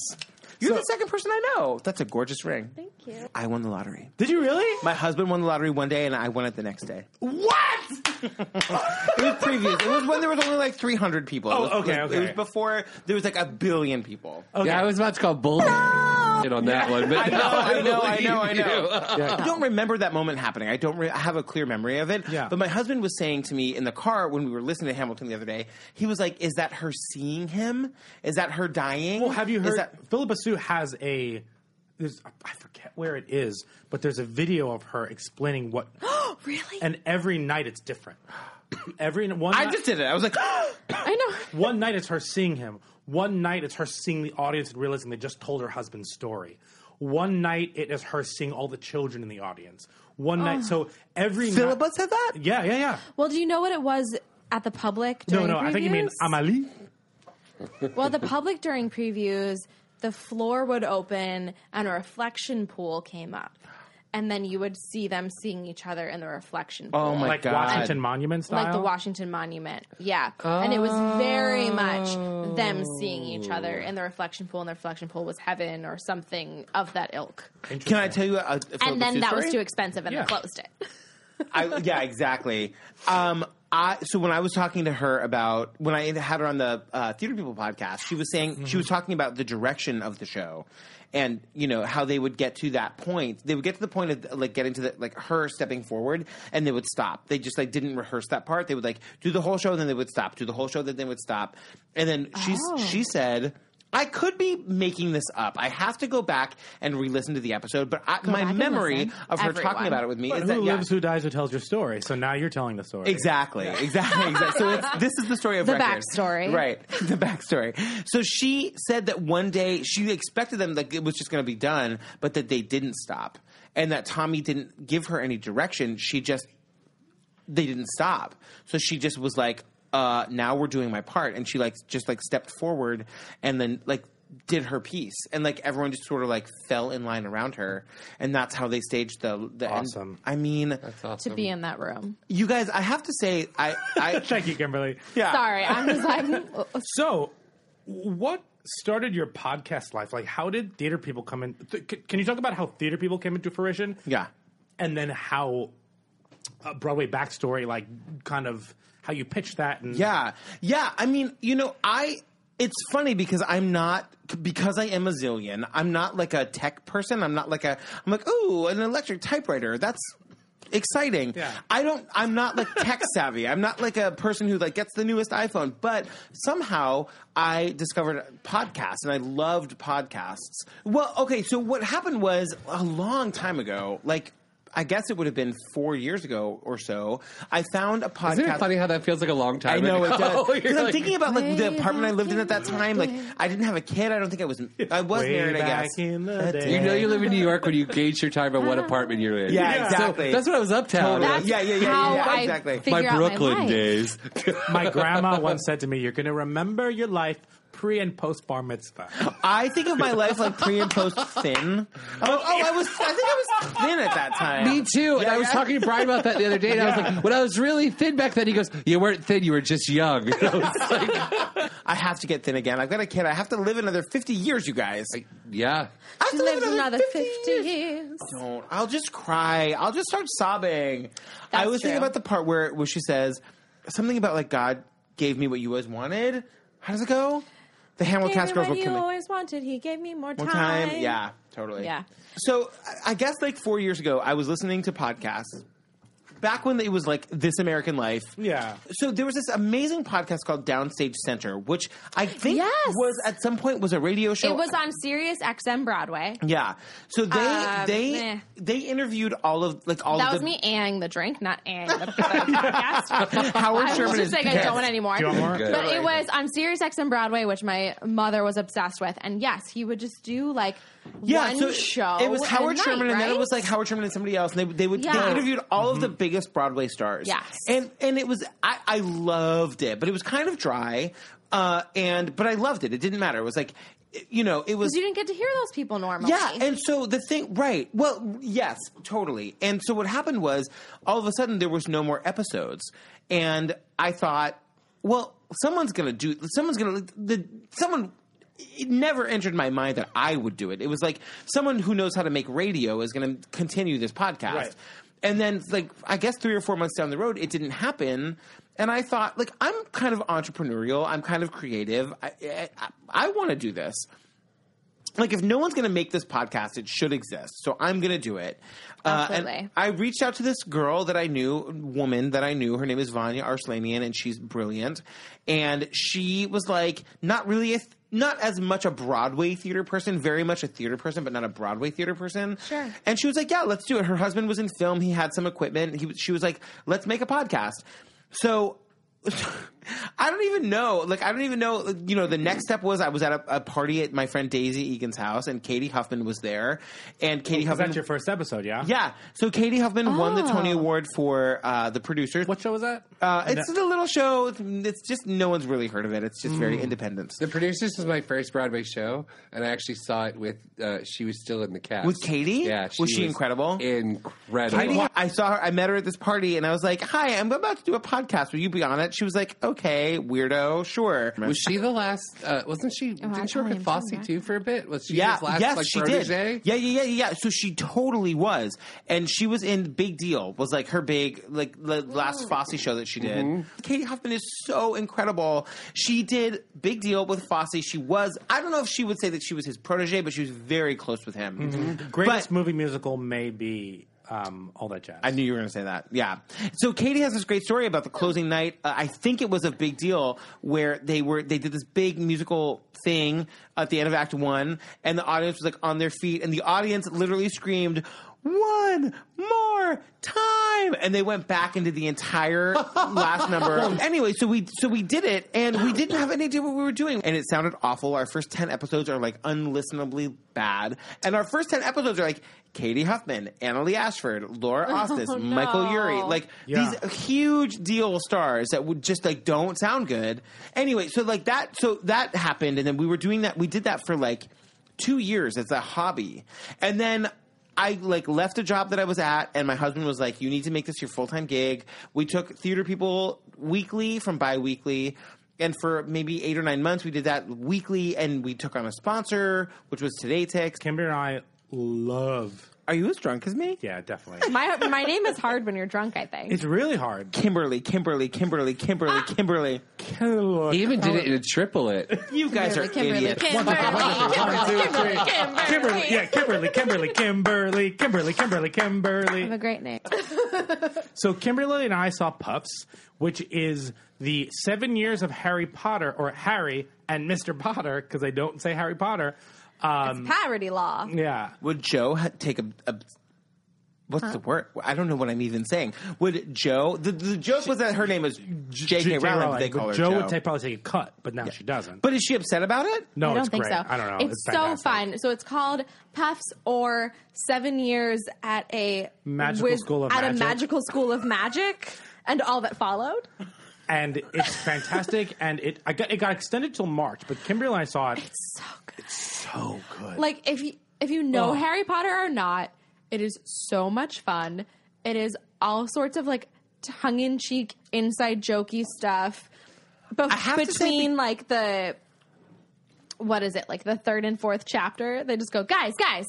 Speaker 9: You're the second person I know. That's a gorgeous ring.
Speaker 8: Thank you.
Speaker 9: I won the lottery.
Speaker 6: Did you really?
Speaker 9: My husband won the lottery one day, and I won it the next day.
Speaker 6: what?
Speaker 9: It was previous. it was when there was only like 300 people. It
Speaker 6: Oh,
Speaker 9: was,
Speaker 6: okay,
Speaker 9: like,
Speaker 6: okay. Oh.
Speaker 9: It was before there was like a billion people.
Speaker 7: Yeah, I was about to call bull shit on that one, but
Speaker 9: I know,
Speaker 7: no,
Speaker 9: I know, I know, I
Speaker 7: believe
Speaker 9: know.
Speaker 7: you.
Speaker 9: I don't remember that moment happening. I don't re- I have a clear memory of it.
Speaker 6: Yeah.
Speaker 9: But my husband was saying to me in the car when we were listening to Hamilton the other day, he was like, "Is that her seeing him? Is that her dying?
Speaker 6: Well, have you
Speaker 9: Is
Speaker 6: heard?
Speaker 9: that-
Speaker 6: Philippa Sue has a. There's, I forget where it is, but there's a video of her explaining what.
Speaker 8: Really?
Speaker 6: and every night it's different. Every one.
Speaker 9: I
Speaker 6: night-
Speaker 9: just did it. I was like,
Speaker 8: I know.
Speaker 6: One night it's her seeing him. One night it's her seeing the audience and realizing they just told her husband's story. One night it is her seeing all the children in the audience. One night, so every night-
Speaker 9: Philippa said that.
Speaker 6: Yeah, yeah, yeah.
Speaker 8: Oh. Well, do you know what it was at the public?
Speaker 6: No,
Speaker 8: During
Speaker 6: no, I think you mean
Speaker 8: previews?
Speaker 6: Amalie.
Speaker 8: Well, the public during previews, the floor would open and a reflection pool came up, and then you would see them seeing each other in the reflection pool.
Speaker 9: Oh my
Speaker 6: like
Speaker 9: god!
Speaker 6: Washington Monument style.
Speaker 8: like the Washington Monument. Yeah. And it was very much them seeing each other
Speaker 9: Oh.
Speaker 8: in the reflection pool, and the reflection pool was heaven or something of that ilk.
Speaker 9: Can I tell you a, a Philippa
Speaker 8: and then
Speaker 9: Sue
Speaker 8: that
Speaker 9: story?
Speaker 8: was too expensive and
Speaker 6: Yeah.
Speaker 8: they closed it.
Speaker 9: I, yeah, exactly. Um, I so when I was talking to her about when I had her on the uh, Theater People podcast, she was saying she was talking about the direction of the show, and you know how they would get to that point. They would get to the point of like getting to the like her stepping forward, and they would stop. They just like didn't rehearse that part. They would like do the whole show, then they would stop. Do the whole show, then they would stop. And then she she said. I could be making this up. I have to go back and re-listen to the episode, but I,
Speaker 8: back
Speaker 9: my
Speaker 8: and
Speaker 9: memory
Speaker 8: listen.
Speaker 9: of her
Speaker 8: Everyone.
Speaker 9: talking about it with me
Speaker 6: But
Speaker 9: is
Speaker 6: who
Speaker 9: that yeah.
Speaker 6: lives, who dies, who tells your story? So now you're telling the story.
Speaker 9: Exactly, exactly, exactly. So it's, this is the story of
Speaker 8: The
Speaker 9: record.
Speaker 8: backstory.
Speaker 9: right? The backstory. So she said that one day she expected them like it was just going to be done, but that they didn't stop, and that Tommy didn't give her any direction. She just they didn't stop, so she just was like, uh, "Now we're doing my part," and she like just like stepped forward and then like did her piece and like everyone just sort of like fell in line around her and that's how they staged the, the end.
Speaker 6: Awesome.
Speaker 9: i mean
Speaker 8: to be in that room.
Speaker 9: you guys i have to say i i
Speaker 6: Thank you, Kimberly.
Speaker 9: Yeah.
Speaker 8: Sorry, I'm just like
Speaker 6: So, what started your podcast life? Like, how did theater people come in? Th- c- can you talk about how theater people came into fruition?
Speaker 9: Yeah.
Speaker 6: And then how uh, Broadway backstory, like, kind of how you pitched that? And
Speaker 9: Yeah. Yeah. I mean, you know, I. It's funny because I'm not because I am a zillion. I'm not like a tech person. I'm not like a. I'm like ooh, an electric typewriter. That's exciting.
Speaker 6: Yeah.
Speaker 9: I don't. I'm not like tech savvy. I'm not like a person who like gets the newest iPhone. But somehow I discovered podcasts and I loved podcasts. Well, okay. So what happened was a long time ago, like. I guess it would have been four years ago or so. I found a podcast.
Speaker 7: Isn't it funny how that feels like a long time?
Speaker 9: I know it
Speaker 7: ago?
Speaker 9: does.
Speaker 7: You're
Speaker 9: Because I'm
Speaker 7: like-
Speaker 9: thinking about like the
Speaker 8: Way
Speaker 9: apartment I lived in at that
Speaker 8: back in
Speaker 9: time.
Speaker 8: the
Speaker 9: Like
Speaker 8: day.
Speaker 9: I didn't have a kid. I don't think I was. I was
Speaker 6: Way
Speaker 9: married. I
Speaker 6: back
Speaker 9: guess.
Speaker 6: in the
Speaker 9: That's
Speaker 6: day.
Speaker 7: You know
Speaker 9: it.
Speaker 7: you live in New York when you gauge your time on what apartment you're in.
Speaker 9: Yeah,
Speaker 6: Yeah.
Speaker 9: exactly.
Speaker 7: So that's what I was
Speaker 9: Totally.
Speaker 7: uptown. with.
Speaker 8: Uh-huh. that's
Speaker 9: Yeah, yeah, yeah, yeah,
Speaker 8: how
Speaker 9: yeah,
Speaker 8: I
Speaker 9: exactly. My
Speaker 8: figure out my life.
Speaker 7: days.
Speaker 6: my grandma once said to me, "You're going to remember your life pre and post bar mitzvah."
Speaker 9: I think of my life like pre and post thin. I'm like, oh, I was. I think I was thin at that time.
Speaker 7: Me too. And
Speaker 9: Yeah,
Speaker 7: I was
Speaker 9: yeah.
Speaker 7: talking to Brian about that the other day, and I was like, when I was really thin back then, he goes, You weren't thin, you were just young. And I was like,
Speaker 9: I have to get thin again. I've got a kid. I have to live another fifty years, you guys.
Speaker 7: Yeah.
Speaker 9: I have
Speaker 8: She
Speaker 9: to live
Speaker 8: lived another 50
Speaker 9: years.
Speaker 8: years.
Speaker 9: don't. I'll just cry. I'll just start sobbing. I
Speaker 8: That's
Speaker 9: was thinking
Speaker 8: true.
Speaker 9: about the part where where she says something about like God gave me what you always wanted. How does it go? The Hamilton Cast girls
Speaker 8: what
Speaker 9: were
Speaker 8: you
Speaker 9: killing.
Speaker 8: always wanted. He gave me more time.
Speaker 9: More time. Yeah, totally.
Speaker 8: Yeah.
Speaker 9: So I- I guess like four years ago, I was listening to podcasts. Back when it was like This American Life.
Speaker 6: Yeah.
Speaker 9: So there was this amazing podcast called Downstage Center, which I think
Speaker 8: Yes.
Speaker 9: was at some point was a radio show.
Speaker 8: It was on Sirius XM Broadway.
Speaker 9: yeah. So they
Speaker 8: Um,
Speaker 9: they
Speaker 8: meh.
Speaker 9: they interviewed all of like all
Speaker 8: That
Speaker 9: of
Speaker 8: was
Speaker 9: the
Speaker 8: me and the drink, not and the, the podcast.
Speaker 9: Howard
Speaker 8: I was
Speaker 9: Sherman is
Speaker 8: just saying I
Speaker 9: pissed.
Speaker 8: don't want anymore.
Speaker 6: Do you want more?
Speaker 7: Good.
Speaker 8: But it was on Sirius XM Broadway, which my mother was obsessed with. And yes, he would just do like one show.
Speaker 9: It was
Speaker 8: a
Speaker 9: Howard
Speaker 8: night,
Speaker 9: Sherman, and then it
Speaker 8: right?
Speaker 9: was like Howard Sherman and somebody else, and they they would
Speaker 8: Yeah.
Speaker 9: they interviewed all of the biggest Broadway stars.
Speaker 8: Yes.
Speaker 9: and and it was I, I loved it, but it was kind of dry, uh, and but I loved it. It didn't matter. It was like, you know, it was
Speaker 8: Because you didn't get to hear those people normally.
Speaker 9: yeah, and so the thing, right? Well, yes, totally. And so what happened was, all of a sudden, there was no more episodes, and I thought, well, someone's gonna do. Someone's gonna the someone. It never entered my mind that I would do it. It was like someone who knows how to make radio is going to continue this podcast.
Speaker 6: Right.
Speaker 9: And then, like, I guess three or four months down the road, it didn't happen. And I thought, like, I'm kind of entrepreneurial. I'm kind of creative. I, I, I want to do this like if no one's going to make this podcast, it should exist. So I'm going to do it. Uh, and
Speaker 8: Absolutely.
Speaker 9: I reached out to this girl that I knew, woman that I knew. Her name is Vanya Arslanian, and she's brilliant. And she was like, not really a. Th- not as much a Broadway theater person, very much a theater person, but not a Broadway theater person.
Speaker 8: Sure.
Speaker 9: And she was like, "Yeah, let's do it." Her husband was in film; he had some equipment. He, was- she was like, "Let's make a podcast." So I don't even know. Like, I don't even know. You know, the next step was I was at a, a party at my friend Daisy Egan's house, and Katie Huffman was there. And Katie
Speaker 6: Oh, Was
Speaker 9: Huffman,
Speaker 6: that your first episode? Yeah.
Speaker 9: yeah. So Katie Huffman won the Tony
Speaker 8: Oh.
Speaker 9: Award for uh, the producers.
Speaker 6: What show was that?
Speaker 9: Uh, it's a little show. It's just no one's really heard of it. It's just very independent.
Speaker 7: The Producers was my first Broadway show, and I actually saw it with, uh, she was still in the cast.
Speaker 9: With Katie?
Speaker 7: Yeah.
Speaker 9: Was she incredible?
Speaker 7: Incredible.
Speaker 9: Katie, I saw her. I met her at this party, and I was like, "Hi, I'm about to do a podcast. Will you be on it?" She was like, okay, weirdo, sure.
Speaker 7: Was she the last? Uh, wasn't she?
Speaker 8: Oh, I
Speaker 7: didn't she work
Speaker 8: probably
Speaker 7: with
Speaker 8: am
Speaker 7: Fosse
Speaker 8: too,
Speaker 7: too for a bit? Was she his last
Speaker 9: yes,
Speaker 7: like
Speaker 9: she
Speaker 7: protege?
Speaker 9: did. Yeah, yeah, yeah, yeah. So she totally was, and she was in Big Deal. Was like her big like the last
Speaker 7: Mm.
Speaker 9: Fosse show that she did.
Speaker 7: Mm-hmm.
Speaker 9: Katie Huffman is so incredible. She did Big Deal with Fosse. She was. I don't know if she would say that she was his protege, but she was very close with him.
Speaker 6: Mm-hmm. Greatest
Speaker 9: But-
Speaker 6: movie musical may be um, all that jazz.
Speaker 9: I knew you were going to say that. Yeah. So Katie has this great story about the closing night. Uh, I think it was a big deal where they were they did this big musical thing at the end of Act One, and the audience was like on their feet, and the audience literally screamed. One more time, and they went back into the entire last number. anyway, so we so we did it, and we didn't have any idea what we were doing, and it sounded awful. Our first ten episodes are like unlistenably bad, and our first ten episodes are like Katie Huffman, Anna Lee Ashford, Laura Ostis,
Speaker 8: no.
Speaker 9: Michael Urie, like
Speaker 6: Yeah.
Speaker 9: these huge deal stars that would just like don't sound good. Anyway, so like that, so that happened, and then we were doing that. We did that for like two years as a hobby, and then. I like left a job that I was at, and my husband was like, "You need to make this your full time gig." We took theater people weekly from bi weekly, and for maybe eight or nine months, we did that weekly, and we took on a sponsor, which was Today Text.
Speaker 6: Kimber and I love.
Speaker 9: Are you as drunk as me?
Speaker 6: Yeah, definitely.
Speaker 8: My my name is hard when you're drunk. I think.
Speaker 6: it's really hard.
Speaker 9: Kimberly, Kimberly, Kimberly, Kimberly,
Speaker 8: Ah!
Speaker 9: Kimberly.
Speaker 7: He even did it in a triplet.
Speaker 9: You guys are idiots.
Speaker 8: Kimberly, Kimberly, Kimberly,
Speaker 6: Kimberly, yeah, Kimberly, Kimberly, Kimberly, Kimberly, Kimberly,
Speaker 8: I have a
Speaker 6: Kimberly.
Speaker 8: great name.
Speaker 6: So Kimberly and I saw Puffs, which is the seven years of Harry Potter or Harry and Mr. Potter because they don't say Harry Potter. Um,
Speaker 8: Parody law.
Speaker 6: yeah,
Speaker 9: Would Joe ha- take a, a what's the word? I don't know what I'm even saying. Would Joe? The, the joke was that her name was J.K. Rowling. but They call her
Speaker 6: Joe
Speaker 9: Joe.
Speaker 6: would take, probably take a cut, but now she doesn't.
Speaker 9: but is she upset about it?
Speaker 6: no,
Speaker 8: I don't
Speaker 6: it's
Speaker 8: think
Speaker 6: great.
Speaker 8: so.
Speaker 6: I don't know.
Speaker 8: It's, so
Speaker 6: fantastic.
Speaker 8: fun. So it's called Puffs or Seven Years at a
Speaker 6: Magical School of
Speaker 8: at
Speaker 6: Magic.
Speaker 8: a magical school of magic, and all that followed.
Speaker 6: and it's fantastic. and it I got, it got extended till March, but Kimberly and I saw it.
Speaker 8: So good.
Speaker 6: so good.
Speaker 8: Like if you if you know Harry Potter or not, it is so much fun. It is all sorts of like tongue in cheek, inside jokey stuff. But
Speaker 9: I have to say
Speaker 8: between like the what is it like the third and fourth chapter, they just go, guys, guys.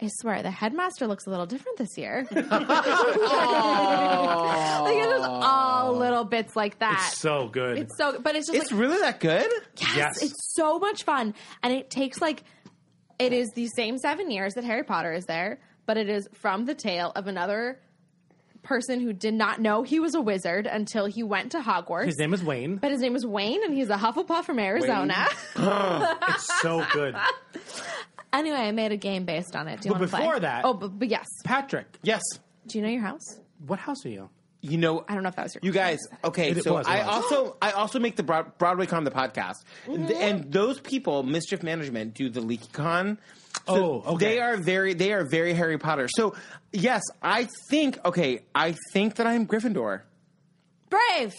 Speaker 8: I swear, the headmaster looks a little different this year. like, it's just all little bits like that.
Speaker 6: it's so good.
Speaker 8: It's so, but it's just
Speaker 9: It's
Speaker 8: like
Speaker 9: really that good.
Speaker 8: Yes,
Speaker 6: Yes.
Speaker 8: it's so much fun, and it takes like it is the same seven years that Harry Potter is there, but it is from the tale of another person who did not know he was a wizard until he went to Hogwarts.
Speaker 6: His name is Wayne.
Speaker 8: but his name is Wayne, and he's a Hufflepuff from Arizona.
Speaker 6: It's so good.
Speaker 8: anyway, I made a game based on it. Do you
Speaker 6: But
Speaker 8: want to play?
Speaker 6: before that-
Speaker 8: oh, but, but yes.
Speaker 6: Patrick,
Speaker 9: Yes.
Speaker 8: Do you know your house?
Speaker 6: what house are you?
Speaker 9: You know,
Speaker 8: I don't know if that was your.
Speaker 9: You guys, okay.
Speaker 6: It
Speaker 9: so
Speaker 6: was, it
Speaker 9: I
Speaker 6: was. Mm-hmm.
Speaker 9: also I also make the Broad- Broadway Con the podcast, Th- and those people, Mischief Management, do the Leaky Con. So
Speaker 6: Oh, okay.
Speaker 9: They are very they are very Harry Potter. So yes, I think okay, I think that I am Gryffindor.
Speaker 8: brave.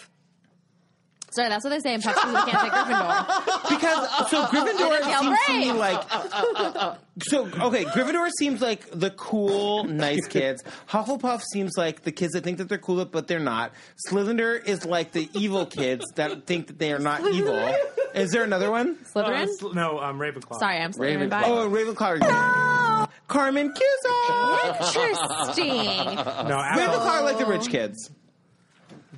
Speaker 8: Sorry, that's what they say in Puffs because we can't take Gryffindor.
Speaker 9: Because so Gryffindor
Speaker 8: Yell
Speaker 9: seems to me
Speaker 8: brave.
Speaker 9: like so okay. Gryffindor seems like the cool, nice kids. Hufflepuff seems like the kids that think that they're cool, but they're not. Slytherin is like the evil kids that think that they are not evil. Is there another one?
Speaker 8: Slytherin.
Speaker 6: Uh, no, um, Ravenclaw.
Speaker 8: Sorry, I'm Slytherin.
Speaker 7: Ravenclaw.
Speaker 8: Bye.
Speaker 9: Oh, and Ravenclaw. Carmen Cusack.
Speaker 8: Oh, Interesting.
Speaker 6: No,
Speaker 9: Ravenclaw
Speaker 6: Apple.
Speaker 9: are like the rich kids.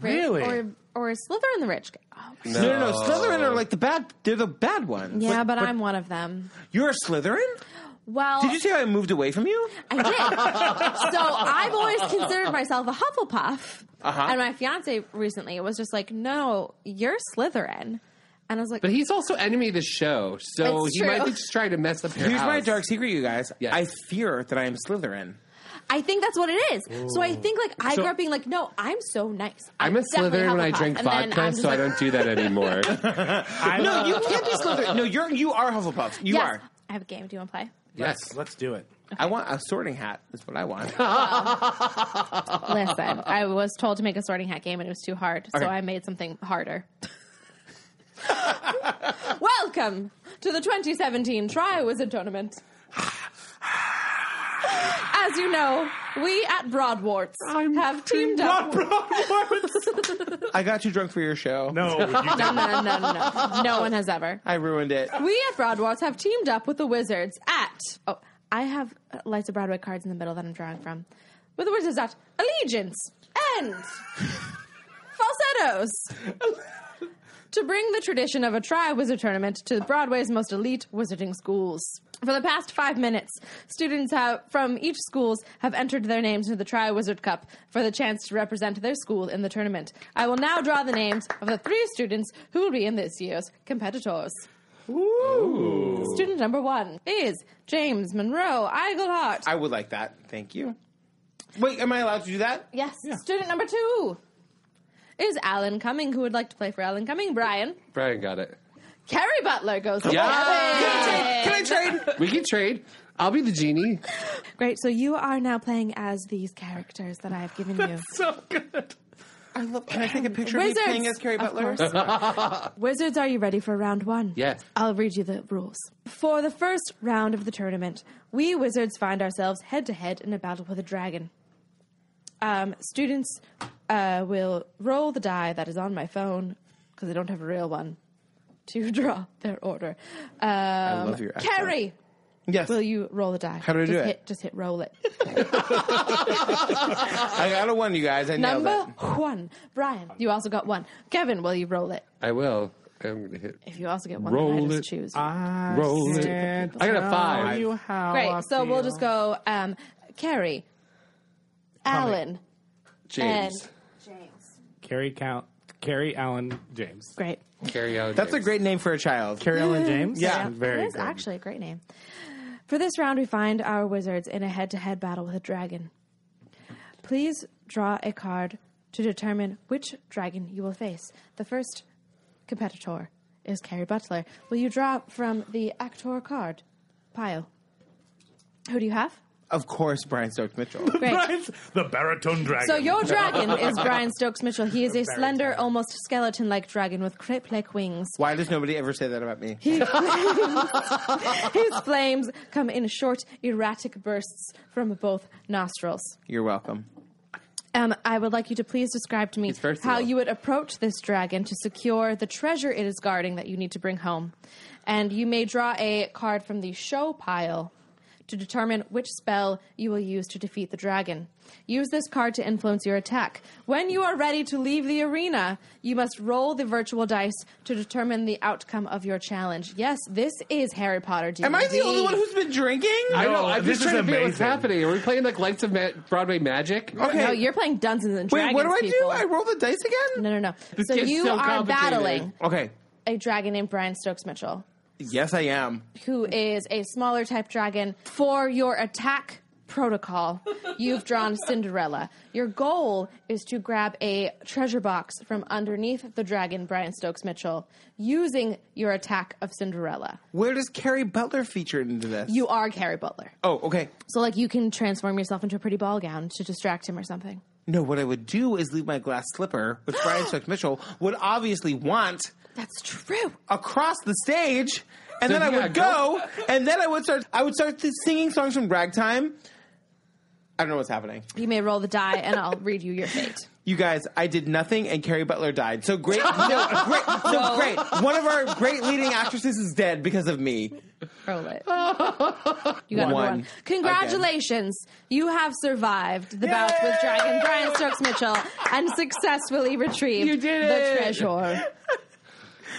Speaker 8: Ri-
Speaker 6: Really?
Speaker 8: Or or is Slytherin the rich? guy? Oh, my-
Speaker 9: No, no, no. Slytherin are like the bad. They're the bad ones.
Speaker 8: yeah, but, I'm one of them.
Speaker 9: You're a Slytherin.
Speaker 8: Well,
Speaker 9: Did you say I moved away from you?
Speaker 8: I did. so I've always considered myself a Hufflepuff,
Speaker 7: Uh-huh.
Speaker 8: and my fiance recently was just like, "No, you're Slytherin," and I was like,
Speaker 7: But he's also enemy of the show, so
Speaker 8: It's
Speaker 7: he
Speaker 8: true.
Speaker 7: might be just trying to mess up your
Speaker 9: Here's my
Speaker 7: house.
Speaker 9: dark secret, you guys.
Speaker 7: Yes.
Speaker 9: I fear that I am Slytherin.
Speaker 8: "I think that's what it is." So I think like I
Speaker 6: So-
Speaker 8: grew up being like, "No, I'm so nice."
Speaker 7: I'm a
Speaker 8: definitely
Speaker 7: Slytherin when I
Speaker 8: Hufflepuff."
Speaker 7: drink
Speaker 8: And then I'm
Speaker 7: vodka,
Speaker 8: just
Speaker 7: so I
Speaker 8: like,
Speaker 7: don't do that anymore.
Speaker 6: I,
Speaker 9: No, you can't be Slytherin. No, you're you are Hufflepuff. You
Speaker 8: Yes,
Speaker 9: are.
Speaker 8: I have a game. Do you want to play?
Speaker 7: yes.
Speaker 6: Let's do it.
Speaker 9: I want a sorting hat. Is what I want.
Speaker 8: Listen, I was told to make a sorting hat game and it was too hard, so I made something harder. Welcome to the 2017 Try Wizard Tournament. As you know, We at Broadwarts have teamed up.
Speaker 9: I got too drunk for your show.
Speaker 6: No, you
Speaker 8: no, no, no, no, no. No one has ever.
Speaker 9: I ruined it.
Speaker 8: We at Broadwarts have teamed up with the Wizards at. Oh, I have uh, Lights of Broadway cards in the middle that I'm drawing from. With the Wizards at Allegiance and Falsettos. to bring the tradition of a tri wizard tournament to Broadway's most elite wizarding schools. For the past five minutes, students have, from each schools have entered their names into the Tri Wizard Cup for the chance to represent their school in the tournament. I will now draw the names of the three students who will be in this year's competitors. Student number one is James Monroe Eigelhart.
Speaker 9: I would like that. Thank you. Wait, am I allowed to do that?
Speaker 8: yes. Student number two is Alan Cumming, who would like to play for Alan Cumming. Brian.
Speaker 7: Brian got it.
Speaker 8: Carrie Butler goes.
Speaker 9: Yeah. Can I trade?
Speaker 7: We can trade. I'll be the genie.
Speaker 8: Great. So you are now playing as these characters that I have given you.
Speaker 6: so good.
Speaker 9: I love. Can I take a picture of
Speaker 8: Wizards.
Speaker 9: me playing as Carrie
Speaker 8: Of
Speaker 9: Butler?
Speaker 8: course. Wizards, are you ready for round one?
Speaker 7: Yes.
Speaker 8: I'll read you the rules. For the first round of the tournament, we wizards find ourselves head to head in a battle with a dragon. Um, students uh, will roll the die that is on my phone because I don't have a real one to draw their order. Um, I
Speaker 9: love your accent.
Speaker 8: Carrie,
Speaker 9: Yes.
Speaker 8: will you roll the die?
Speaker 9: How do I
Speaker 8: just
Speaker 9: do it?
Speaker 8: hit, Just hit roll it.
Speaker 9: I got a one, you guys. I nailed
Speaker 8: Number
Speaker 9: it.
Speaker 8: one, Brian. You also got one. Kevin, will you roll it?
Speaker 7: I will. I'm going to hit.
Speaker 8: If you also get one,
Speaker 7: Roll
Speaker 8: then I just
Speaker 7: it.
Speaker 8: choose.
Speaker 7: Roll it. I got a five.
Speaker 8: Great. so we'll just go um, Carrie, Alan.
Speaker 7: James.
Speaker 6: Carrie count. Carrie Allen James.
Speaker 8: Great.
Speaker 7: Carry on.
Speaker 9: That's a
Speaker 7: James.
Speaker 9: great name for a child.
Speaker 6: Carrie Allen James.
Speaker 9: Yeah.
Speaker 6: Mm. very
Speaker 8: It is
Speaker 6: good.
Speaker 8: actually a great name. For this round, we find our wizards in a head to head battle with a dragon. Please draw a card to determine which dragon you will face. The first competitor is Carrie Butler. Will you draw from the actor card pile? Who do you have?
Speaker 9: Of course, Brian Stokes Mitchell.
Speaker 8: Great.
Speaker 6: the baritone dragon.
Speaker 8: So your dragon is Brian Stokes Mitchell. He is a slender, almost skeleton-like dragon with crepe-like wings.
Speaker 9: Why does nobody ever say that about me?
Speaker 8: His flames come in short, erratic bursts from both nostrils.
Speaker 9: You're welcome.
Speaker 8: Um, I would like you to please describe to me
Speaker 7: He's versatile.
Speaker 8: how you would approach this dragon to secure the treasure it is guarding that you need to bring home. And you may draw a card from the show pile to determine which spell you will use to defeat the dragon. Use this card to influence your attack. When you are ready to leave the arena, you must roll the virtual dice to determine the outcome of your challenge. Yes, this is Harry Potter. D&D.
Speaker 9: Am I the only one who's been drinking?
Speaker 7: I know.
Speaker 6: No,
Speaker 7: I'm just
Speaker 6: this is
Speaker 7: trying to figure out what's
Speaker 6: amazing.
Speaker 7: happening. Are we playing like Lights of Ma- Broadway Magic?
Speaker 9: Okay.
Speaker 8: No, you're playing Dungeons and
Speaker 9: Wait,
Speaker 8: Dragons.
Speaker 9: what do I
Speaker 8: people.
Speaker 9: do? I roll the dice again?
Speaker 8: No, no, no.
Speaker 7: This
Speaker 8: so
Speaker 7: gets
Speaker 8: you
Speaker 7: so
Speaker 8: are
Speaker 7: complicated.
Speaker 8: battling
Speaker 9: Okay.
Speaker 8: a dragon named Brian Stokes Mitchell,
Speaker 9: Yes, I am.
Speaker 8: who is a smaller type dragon. For your attack protocol, you've drawn Cinderella. Your goal is to grab a treasure box from underneath the dragon Brian Stokes Mitchell using your attack of Cinderella.
Speaker 9: Where does Carrie Butler feature into this?
Speaker 8: You are Carrie Butler.
Speaker 9: Oh, okay.
Speaker 8: So, like, you can transform yourself into a pretty ball gown to distract him or something.
Speaker 9: No, what I would do is leave my glass slipper, which Brian Stokes Mitchell would obviously want,
Speaker 8: That's true.
Speaker 9: across the stage, and
Speaker 7: So
Speaker 9: then I
Speaker 7: yeah,
Speaker 9: would
Speaker 7: go-
Speaker 9: go, and then I would start. I would start th- singing songs from Ragtime. I don't know what's happening.
Speaker 8: You may roll the die, and I'll read you your fate.
Speaker 9: You guys, I did nothing, and Carrie Butler died. So great, no, great, so great. One of our great leading actresses is dead because of me.
Speaker 8: Roll it. You got one.
Speaker 9: One.
Speaker 8: one. Congratulations. You have survived the bout with Dragon Brian Stokes Mitchell and successfully retrieved
Speaker 7: You did
Speaker 8: the
Speaker 7: it.
Speaker 8: treasure.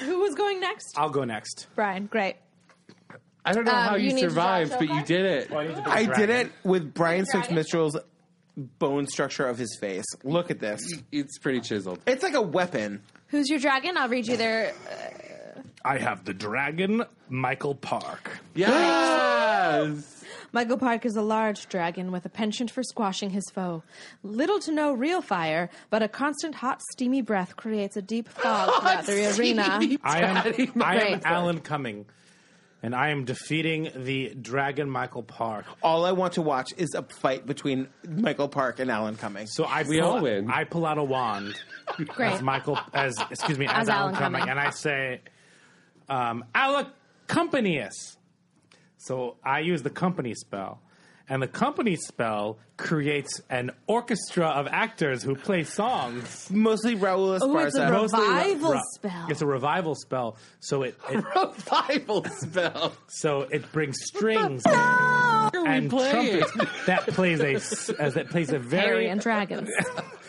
Speaker 8: Who was going next?
Speaker 6: I'll go next.
Speaker 8: Brian. Great.
Speaker 7: I don't know
Speaker 8: Um,
Speaker 7: how
Speaker 8: you
Speaker 7: you,
Speaker 8: need to draw
Speaker 7: survived,
Speaker 8: a
Speaker 7: but you
Speaker 8: card?
Speaker 7: did it.
Speaker 9: I did it with Brian Stokes
Speaker 8: Dragon.
Speaker 9: Mitchell's bone structure of his face. Look at this.
Speaker 7: It's pretty chiseled.
Speaker 9: It's like a weapon.
Speaker 8: Who's your dragon? I'll read you their.
Speaker 6: I have the dragon, Michael Park.
Speaker 7: Yes.
Speaker 8: Michael Park is a large dragon with a penchant for squashing his foe. Little to no real fire, but a constant hot, steamy breath creates a deep fog throughout the arena.
Speaker 6: I
Speaker 7: Daddy,
Speaker 6: am, I am
Speaker 8: Great.
Speaker 6: Alan Cumming, and I am defeating the dragon, Michael Park.
Speaker 9: All I want to watch is a fight between Michael Park and Alan Cumming.
Speaker 6: So I
Speaker 7: We
Speaker 6: pull,
Speaker 7: all win.
Speaker 6: I pull out a wand
Speaker 8: Great.
Speaker 6: as Michael, as excuse me, as,
Speaker 8: As
Speaker 6: Alan,
Speaker 8: Alan
Speaker 6: Cumming,
Speaker 8: Cumming.
Speaker 6: and I say, um, "Ala companius." So I use the company spell, and the company spell creates an orchestra of actors who play songs.
Speaker 9: Mostly Raul Esparza.
Speaker 8: Ooh, it's a
Speaker 6: Mostly re-
Speaker 8: revival
Speaker 6: re-
Speaker 8: spell.
Speaker 6: It's a revival spell, so it, it
Speaker 7: Revival spell.
Speaker 6: so it brings strings and
Speaker 9: playing?
Speaker 6: trumpets that plays a s- uh, that plays a
Speaker 8: Harry
Speaker 6: very
Speaker 8: and Dragons.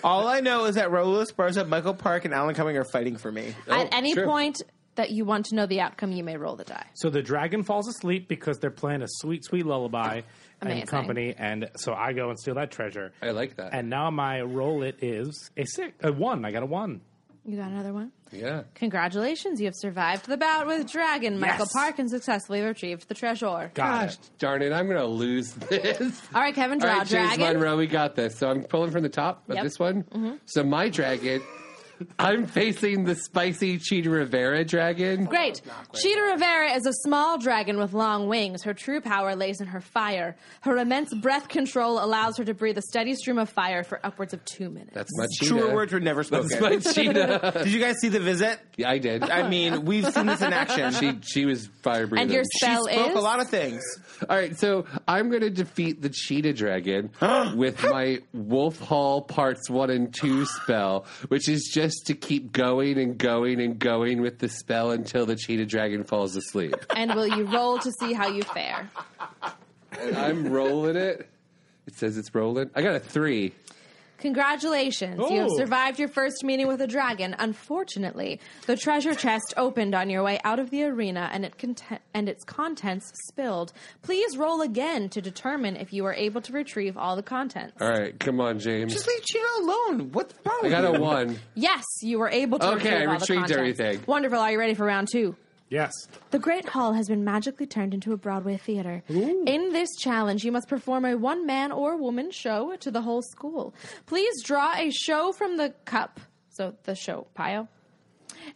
Speaker 9: All I know is that Raul Esparza, Michael Park, and Alan Cumming are fighting for me.
Speaker 8: At any
Speaker 7: sure.
Speaker 8: point that you want to know the outcome, you may roll the die.
Speaker 6: So the dragon falls asleep because they're playing a sweet, sweet lullaby
Speaker 8: Amazing.
Speaker 6: and company, and so I go and steal that treasure.
Speaker 7: I like that.
Speaker 6: And now my roll it is a six, a one. I got a one.
Speaker 8: You got another one?
Speaker 7: yeah.
Speaker 8: Congratulations, you have survived the bout with Dragon Michael Park and successfully retrieved the treasure.
Speaker 6: Got
Speaker 7: Gosh
Speaker 6: it.
Speaker 7: darn it, I'm going to lose this.
Speaker 8: All right, Kevin,
Speaker 7: All
Speaker 8: draw
Speaker 7: right, James
Speaker 8: Dragon.
Speaker 7: Monroe, we got this. So I'm pulling from the top of
Speaker 8: Yep. Mm-hmm.
Speaker 7: this one. So my dragon, I'm facing the spicy Cheetah Rivera dragon.
Speaker 8: Great. Cheetah Rivera is a small dragon with long wings. Her true power lays in her fire. Her immense breath control allows her to breathe a steady stream of fire for upwards of two minutes.
Speaker 7: That's my cheetah.
Speaker 9: Truer words were never
Speaker 7: That's
Speaker 9: spoken.
Speaker 7: my cheetah.
Speaker 9: Did you guys see the visit?
Speaker 7: Yeah, I did.
Speaker 9: I mean, we've seen this in action.
Speaker 7: she she was fire breathing.
Speaker 8: and your
Speaker 9: she
Speaker 8: spell
Speaker 9: spoke
Speaker 8: is
Speaker 9: a lot of things.
Speaker 7: All right, so I'm going to defeat the cheetah dragon with my Wolf Hall Parts 1 and 2 spell, which is just to keep going and going and going with the spell until the cheetah dragon falls asleep.
Speaker 8: and will you roll to see how you fare?
Speaker 7: And I'm rolling it. It says it's rolling. I got a 3.
Speaker 8: Congratulations, you have
Speaker 6: Oh.
Speaker 8: survived your first meeting with a dragon. Unfortunately, the treasure chest opened on your way out of the arena and it conte- and its contents spilled. Please roll again to determine if you are able to retrieve all the contents.
Speaker 7: All right, come on, James.
Speaker 9: Just leave Cheetah alone. What's wrong
Speaker 7: I
Speaker 9: with
Speaker 7: got
Speaker 9: you?
Speaker 7: a 1.
Speaker 8: Yes, you were able to retrieve all
Speaker 7: Okay, I
Speaker 8: the
Speaker 7: retrieved
Speaker 8: contents.
Speaker 7: everything.
Speaker 8: Wonderful. Are you ready for round 2?
Speaker 6: Yes.
Speaker 8: The Great Hall has been magically turned into a Broadway theater. In this challenge, you must perform a one man or woman show to the whole school. Please draw a show from the cup, so the show pile,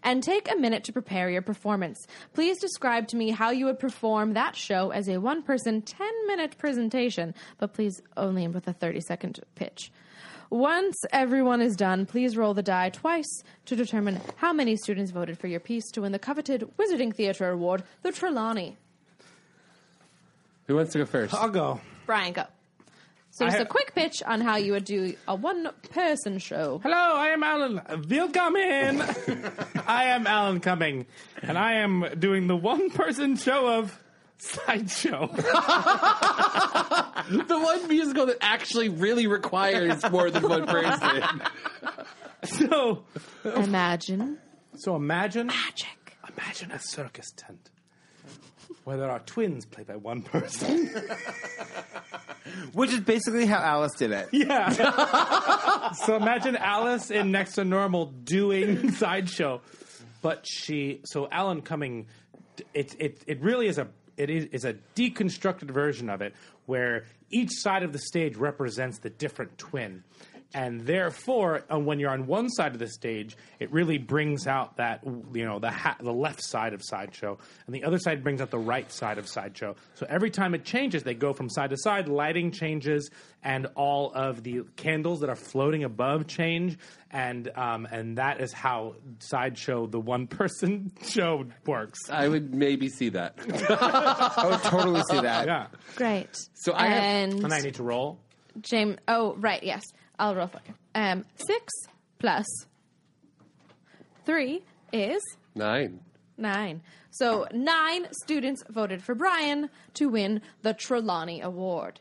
Speaker 8: and take a minute to prepare your performance. Please describe to me how you would perform that show as a one person, 10 minute presentation, but please only with a 30 second pitch. Once everyone is done, please roll the die twice to determine how many students voted for your piece to win the coveted Wizarding Theatre Award, the Trelawney.
Speaker 7: Who wants to go first?
Speaker 6: I'll go.
Speaker 8: Brian, go. So just
Speaker 6: I-
Speaker 8: a quick pitch on how you would do a one-person show.
Speaker 6: Hello, I am Alan. Willkommen. I am Alan Cumming, and I am doing the one person show of Sideshow.
Speaker 7: the one musical that actually really requires more than one person.
Speaker 6: so,
Speaker 8: Imagine
Speaker 6: so imagine,
Speaker 8: magic.
Speaker 6: imagine a circus tent where there are twins played by one person.
Speaker 9: Which is basically how Alice did it.
Speaker 6: Yeah. so imagine Alice in Next to Normal doing sideshow, but she. So Alan Cumming, it it it really is a it is is a deconstructed version of it where each side of the stage represents the different twin. And therefore, uh, when you're on one side of the stage, it really brings out that you know the ha- the left side of sideshow, and the other side brings out the right side of sideshow. So every time it changes, they go from side to side. Lighting changes, and all of the candles that are floating above change, and um, and that is how sideshow, the one person show, works.
Speaker 7: I would maybe see that.
Speaker 9: I would totally see that.
Speaker 6: Yeah,
Speaker 8: Great. So
Speaker 7: I have-
Speaker 8: and
Speaker 6: and I need to roll.
Speaker 8: James. Oh, right. Yes, I'll roll for you. Um, six plus three is
Speaker 7: Nine.
Speaker 8: nine. So nine students voted for Brian to win the Trelawney Award.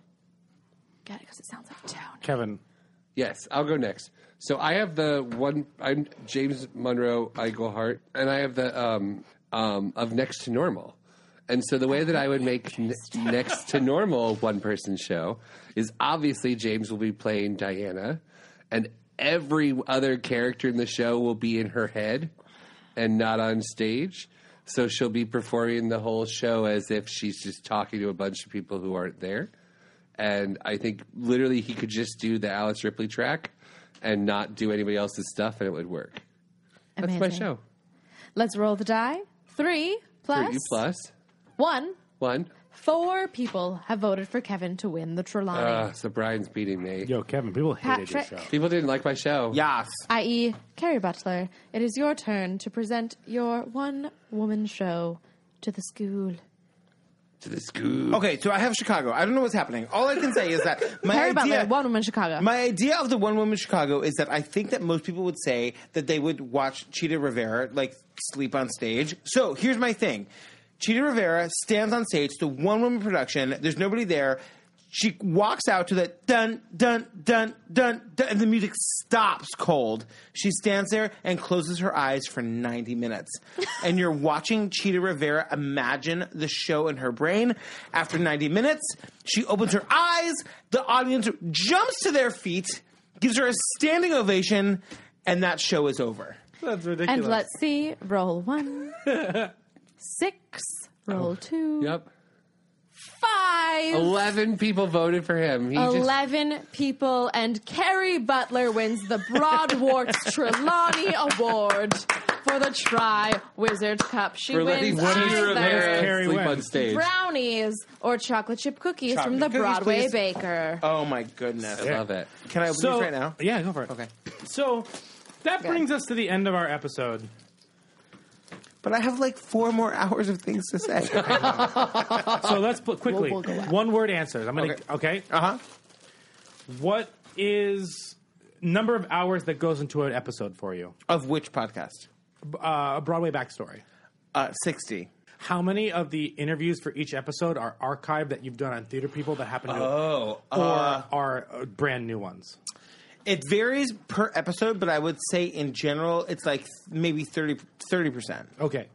Speaker 8: Got it? Because it sounds like Tony.
Speaker 6: Kevin,
Speaker 7: Yes, I'll go next. So I have the one. I'm James Monroe Eichelhart, and I have the um, um, of next to normal. And so the way that I would make ne- next to normal one person show is obviously James will be playing Diana, and every other character in the show will be in her head and not on stage. So she'll be performing the whole show as if she's just talking to a bunch of people who aren't there. And I think literally he could just do the Alice Ripley track and not do anybody else's stuff and it would work. That's my
Speaker 8: Amazing.
Speaker 7: show.
Speaker 8: Let's roll the die. Three plus,
Speaker 7: For you plus
Speaker 8: one.
Speaker 7: one.
Speaker 8: Four people have voted for Kevin to win the Trelawney.
Speaker 7: Uh, so Brian's beating me.
Speaker 6: yo, Kevin, people hated your
Speaker 8: Patrick.
Speaker 6: show.
Speaker 7: People didn't like my show.
Speaker 9: Yes.
Speaker 8: i.e., E, Carrie Butler, it is your turn to present your one woman show to the school.
Speaker 7: to the scoop.
Speaker 9: Okay, so I have Chicago. I don't know what's happening. All I can say is that my
Speaker 8: Harry
Speaker 9: idea,
Speaker 8: Butler, one woman Chicago.
Speaker 9: My idea of the one woman Chicago is that I think that most people would say that they would watch Cheetah Rivera like sleep on stage. So here's my thing: Cheetah Rivera stands on stage to one woman production. There's nobody there. She walks out to that dun dun dun dun, dun and the music stops cold. She stands there and closes her eyes for 90 minutes. and you're watching Cheetah Rivera imagine the show in her brain. After 90 minutes, she opens her eyes, the audience jumps to their feet, gives her a standing ovation, and that show is over.
Speaker 6: That's ridiculous.
Speaker 8: and let's see, roll one, six, roll two,
Speaker 7: Yep.
Speaker 8: five.
Speaker 7: 11 people voted for him. He just
Speaker 8: 11 people, and Carrie Butler wins the Broadwarts Trelawney Award for the Try Wizard Cup. She
Speaker 7: for letting
Speaker 8: wins
Speaker 7: Cheetah
Speaker 8: either
Speaker 6: Carrie
Speaker 7: Rivera sleep
Speaker 6: win.
Speaker 7: on stage.
Speaker 8: brownies or chocolate chip cookies from
Speaker 9: Chocolate
Speaker 8: the
Speaker 9: cookies,
Speaker 8: Broadway
Speaker 9: please.
Speaker 8: baker.
Speaker 9: Oh my goodness.
Speaker 7: I love it.
Speaker 9: Can I open
Speaker 6: so
Speaker 9: these right now?
Speaker 6: Yeah, go for it.
Speaker 9: Okay.
Speaker 6: So that brings us to the end of our episode.
Speaker 9: But I have like four more hours of things to say. Uh-huh.
Speaker 6: So let's put quickly
Speaker 8: We'll- we'll go out.
Speaker 6: one word answers. I'm gonna okay.
Speaker 9: Uh huh.
Speaker 6: What is number of hours that goes into an episode for you?
Speaker 9: Of which podcast?
Speaker 6: Uh, a Broadway backstory.
Speaker 9: Uh, 60.
Speaker 6: How many of the interviews for each episode are archived that you've done on theater people that happen to
Speaker 9: Oh,
Speaker 6: or
Speaker 9: uh,
Speaker 6: are uh, brand new ones?
Speaker 9: it varies per episode, but I would say in general, it's like maybe 30 percent. Uh,
Speaker 6: Okay.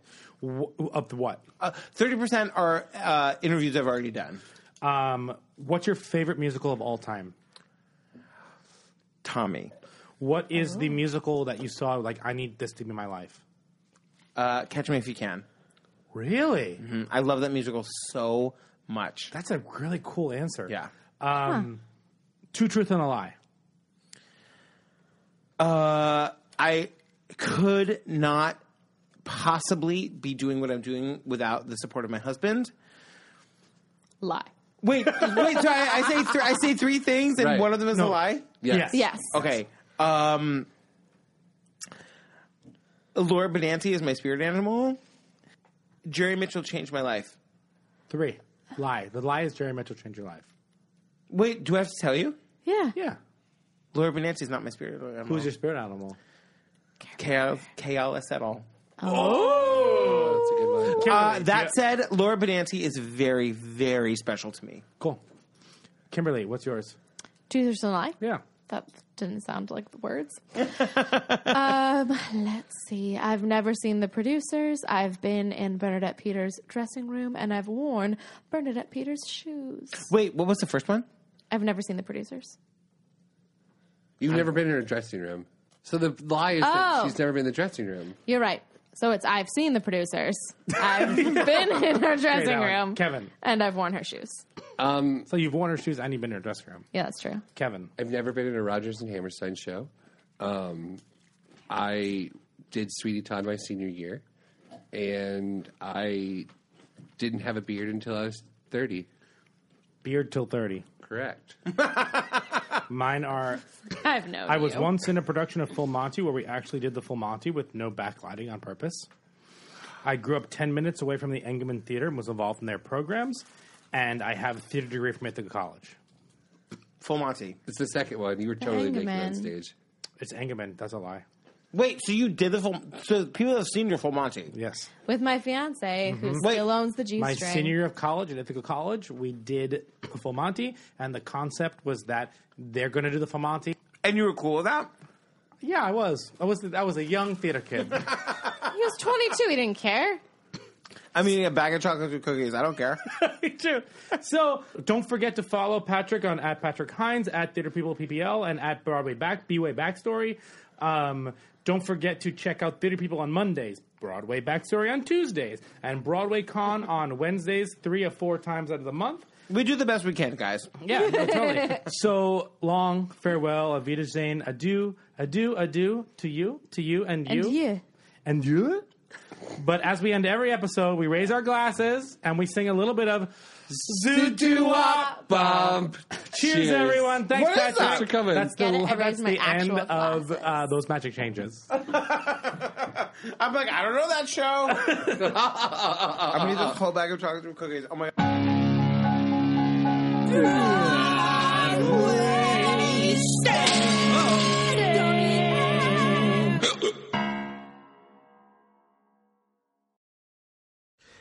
Speaker 6: W- of the what?
Speaker 9: Thirty percent are uh, interviews I've already done.
Speaker 6: Um, what's your favorite musical of all time?
Speaker 9: Tommy,
Speaker 6: What is
Speaker 8: Oh.
Speaker 6: the musical that you saw like I need this to be my life?
Speaker 9: uh, Catch Me If You Can. Mm,
Speaker 6: Really?
Speaker 9: I love that musical so much.
Speaker 6: That's a really cool answer. Um,
Speaker 9: Yeah.
Speaker 6: Two truth and a lie.
Speaker 9: Uh, I could not possibly be doing what I'm doing without the support of my husband.
Speaker 8: Lie.
Speaker 9: Wait, wait. So I, I say th- I say three things, and
Speaker 7: Right.
Speaker 9: one of them is
Speaker 6: No.
Speaker 9: a lie.
Speaker 7: Yes.
Speaker 8: Yes.
Speaker 9: Okay. Um, Laura Benanti is my spirit animal. Jerry Mitchell changed my life.
Speaker 6: Three. Lie. The lie is Jerry Mitchell changed your life.
Speaker 9: Wait, do I have to tell you?
Speaker 8: Yeah.
Speaker 6: Yeah.
Speaker 9: Laura Benanti is not my spirit animal.
Speaker 6: Who's your spirit animal?
Speaker 9: KL, KLS at all?
Speaker 6: Oh,
Speaker 7: That's a good one.
Speaker 9: Uh, that said, Laura Benanti is very, very special to me.
Speaker 6: cool. Kimberly, what's yours?
Speaker 8: Two truths and a lie.
Speaker 6: Yeah.
Speaker 8: That didn't sound like the words. um, let's see. I've never seen the producers. I've been in Bernadette Peters' dressing room and I've worn Bernadette Peters' shoes.
Speaker 9: Wait, what was the first one?
Speaker 8: I've never seen the producers.
Speaker 7: You've never been in a dressing room. So the lie is that
Speaker 8: Oh.
Speaker 7: she's never been in the dressing room.
Speaker 8: You're right. So it's I've seen the producers. I've been in her dressing
Speaker 6: Alan.
Speaker 8: room.
Speaker 6: Kevin.
Speaker 8: And I've worn her shoes.
Speaker 7: Um,
Speaker 6: So you've worn her shoes and you've been in her dressing room.
Speaker 8: Yeah, that's true.
Speaker 6: Kevin.
Speaker 7: I've never been in a Rogers and Hammerstein show. Um, I did Sweetie Todd my senior year, and I didn't have a beard until I was 30.
Speaker 6: Beard till 30.
Speaker 7: Correct.
Speaker 6: Mine are.
Speaker 8: I've known
Speaker 6: I was
Speaker 8: you.
Speaker 6: once in a production of Full Monty where we actually did the Full Monty with no backlighting on purpose. I grew up 10 minutes away from the Engelman Theater and was involved in their programs. And I have a theater degree from Ithaca College.
Speaker 9: Full Monty.
Speaker 7: It's the second one. You were totally naked on
Speaker 8: Engelman.
Speaker 7: stage.
Speaker 6: It's Engelman. That's a lie.
Speaker 9: Wait, so you did the full? So people have seen your Full Monty.
Speaker 6: Yes.
Speaker 8: with my fiance who
Speaker 9: Wait.
Speaker 8: still owns the G
Speaker 6: Mm-hmm. My
Speaker 8: string.
Speaker 6: senior year of college at Ithaca College, we did the Full Monty, and the concept was that they're going to do the Full Monty.
Speaker 9: And you were cool with that?
Speaker 6: Yeah, I was. I was. I was a young theater kid.
Speaker 8: He was 22. He didn't care.
Speaker 9: I'm eating a bag of chocolate chip cookies. I don't care.
Speaker 6: Me too. So don't forget to follow Patrick on at Patrick Hines, at Theater People PPL, and at Broadway Back B-Way Backstory. Um, don't forget to check out Theater People on Mondays, Broadway Backstory on Tuesdays, and Broadway Con on Wednesdays, three or four times out of the month.
Speaker 9: we do the best we can, guys.
Speaker 6: Yeah, no, totally. so long, farewell, Avita Zane, adieu, adieu, adieu to you, to you, and you,
Speaker 8: And you.
Speaker 6: and you, But as we end every episode, we raise our glasses and we sing a little bit of Zoot
Speaker 7: Bump.
Speaker 6: Cheers, everyone. Thanks,
Speaker 9: What is
Speaker 6: Patrick.
Speaker 9: that?
Speaker 7: Thanks for coming.
Speaker 6: That's
Speaker 8: Get
Speaker 6: the,
Speaker 8: it? I
Speaker 6: that's
Speaker 8: raised my
Speaker 6: the end
Speaker 8: actual
Speaker 6: of
Speaker 8: glasses.
Speaker 6: uh, those magic changes.
Speaker 9: I'm like, I don't know that show. I'm gonna eat this whole bag of chocolate chip cookies. Oh my god.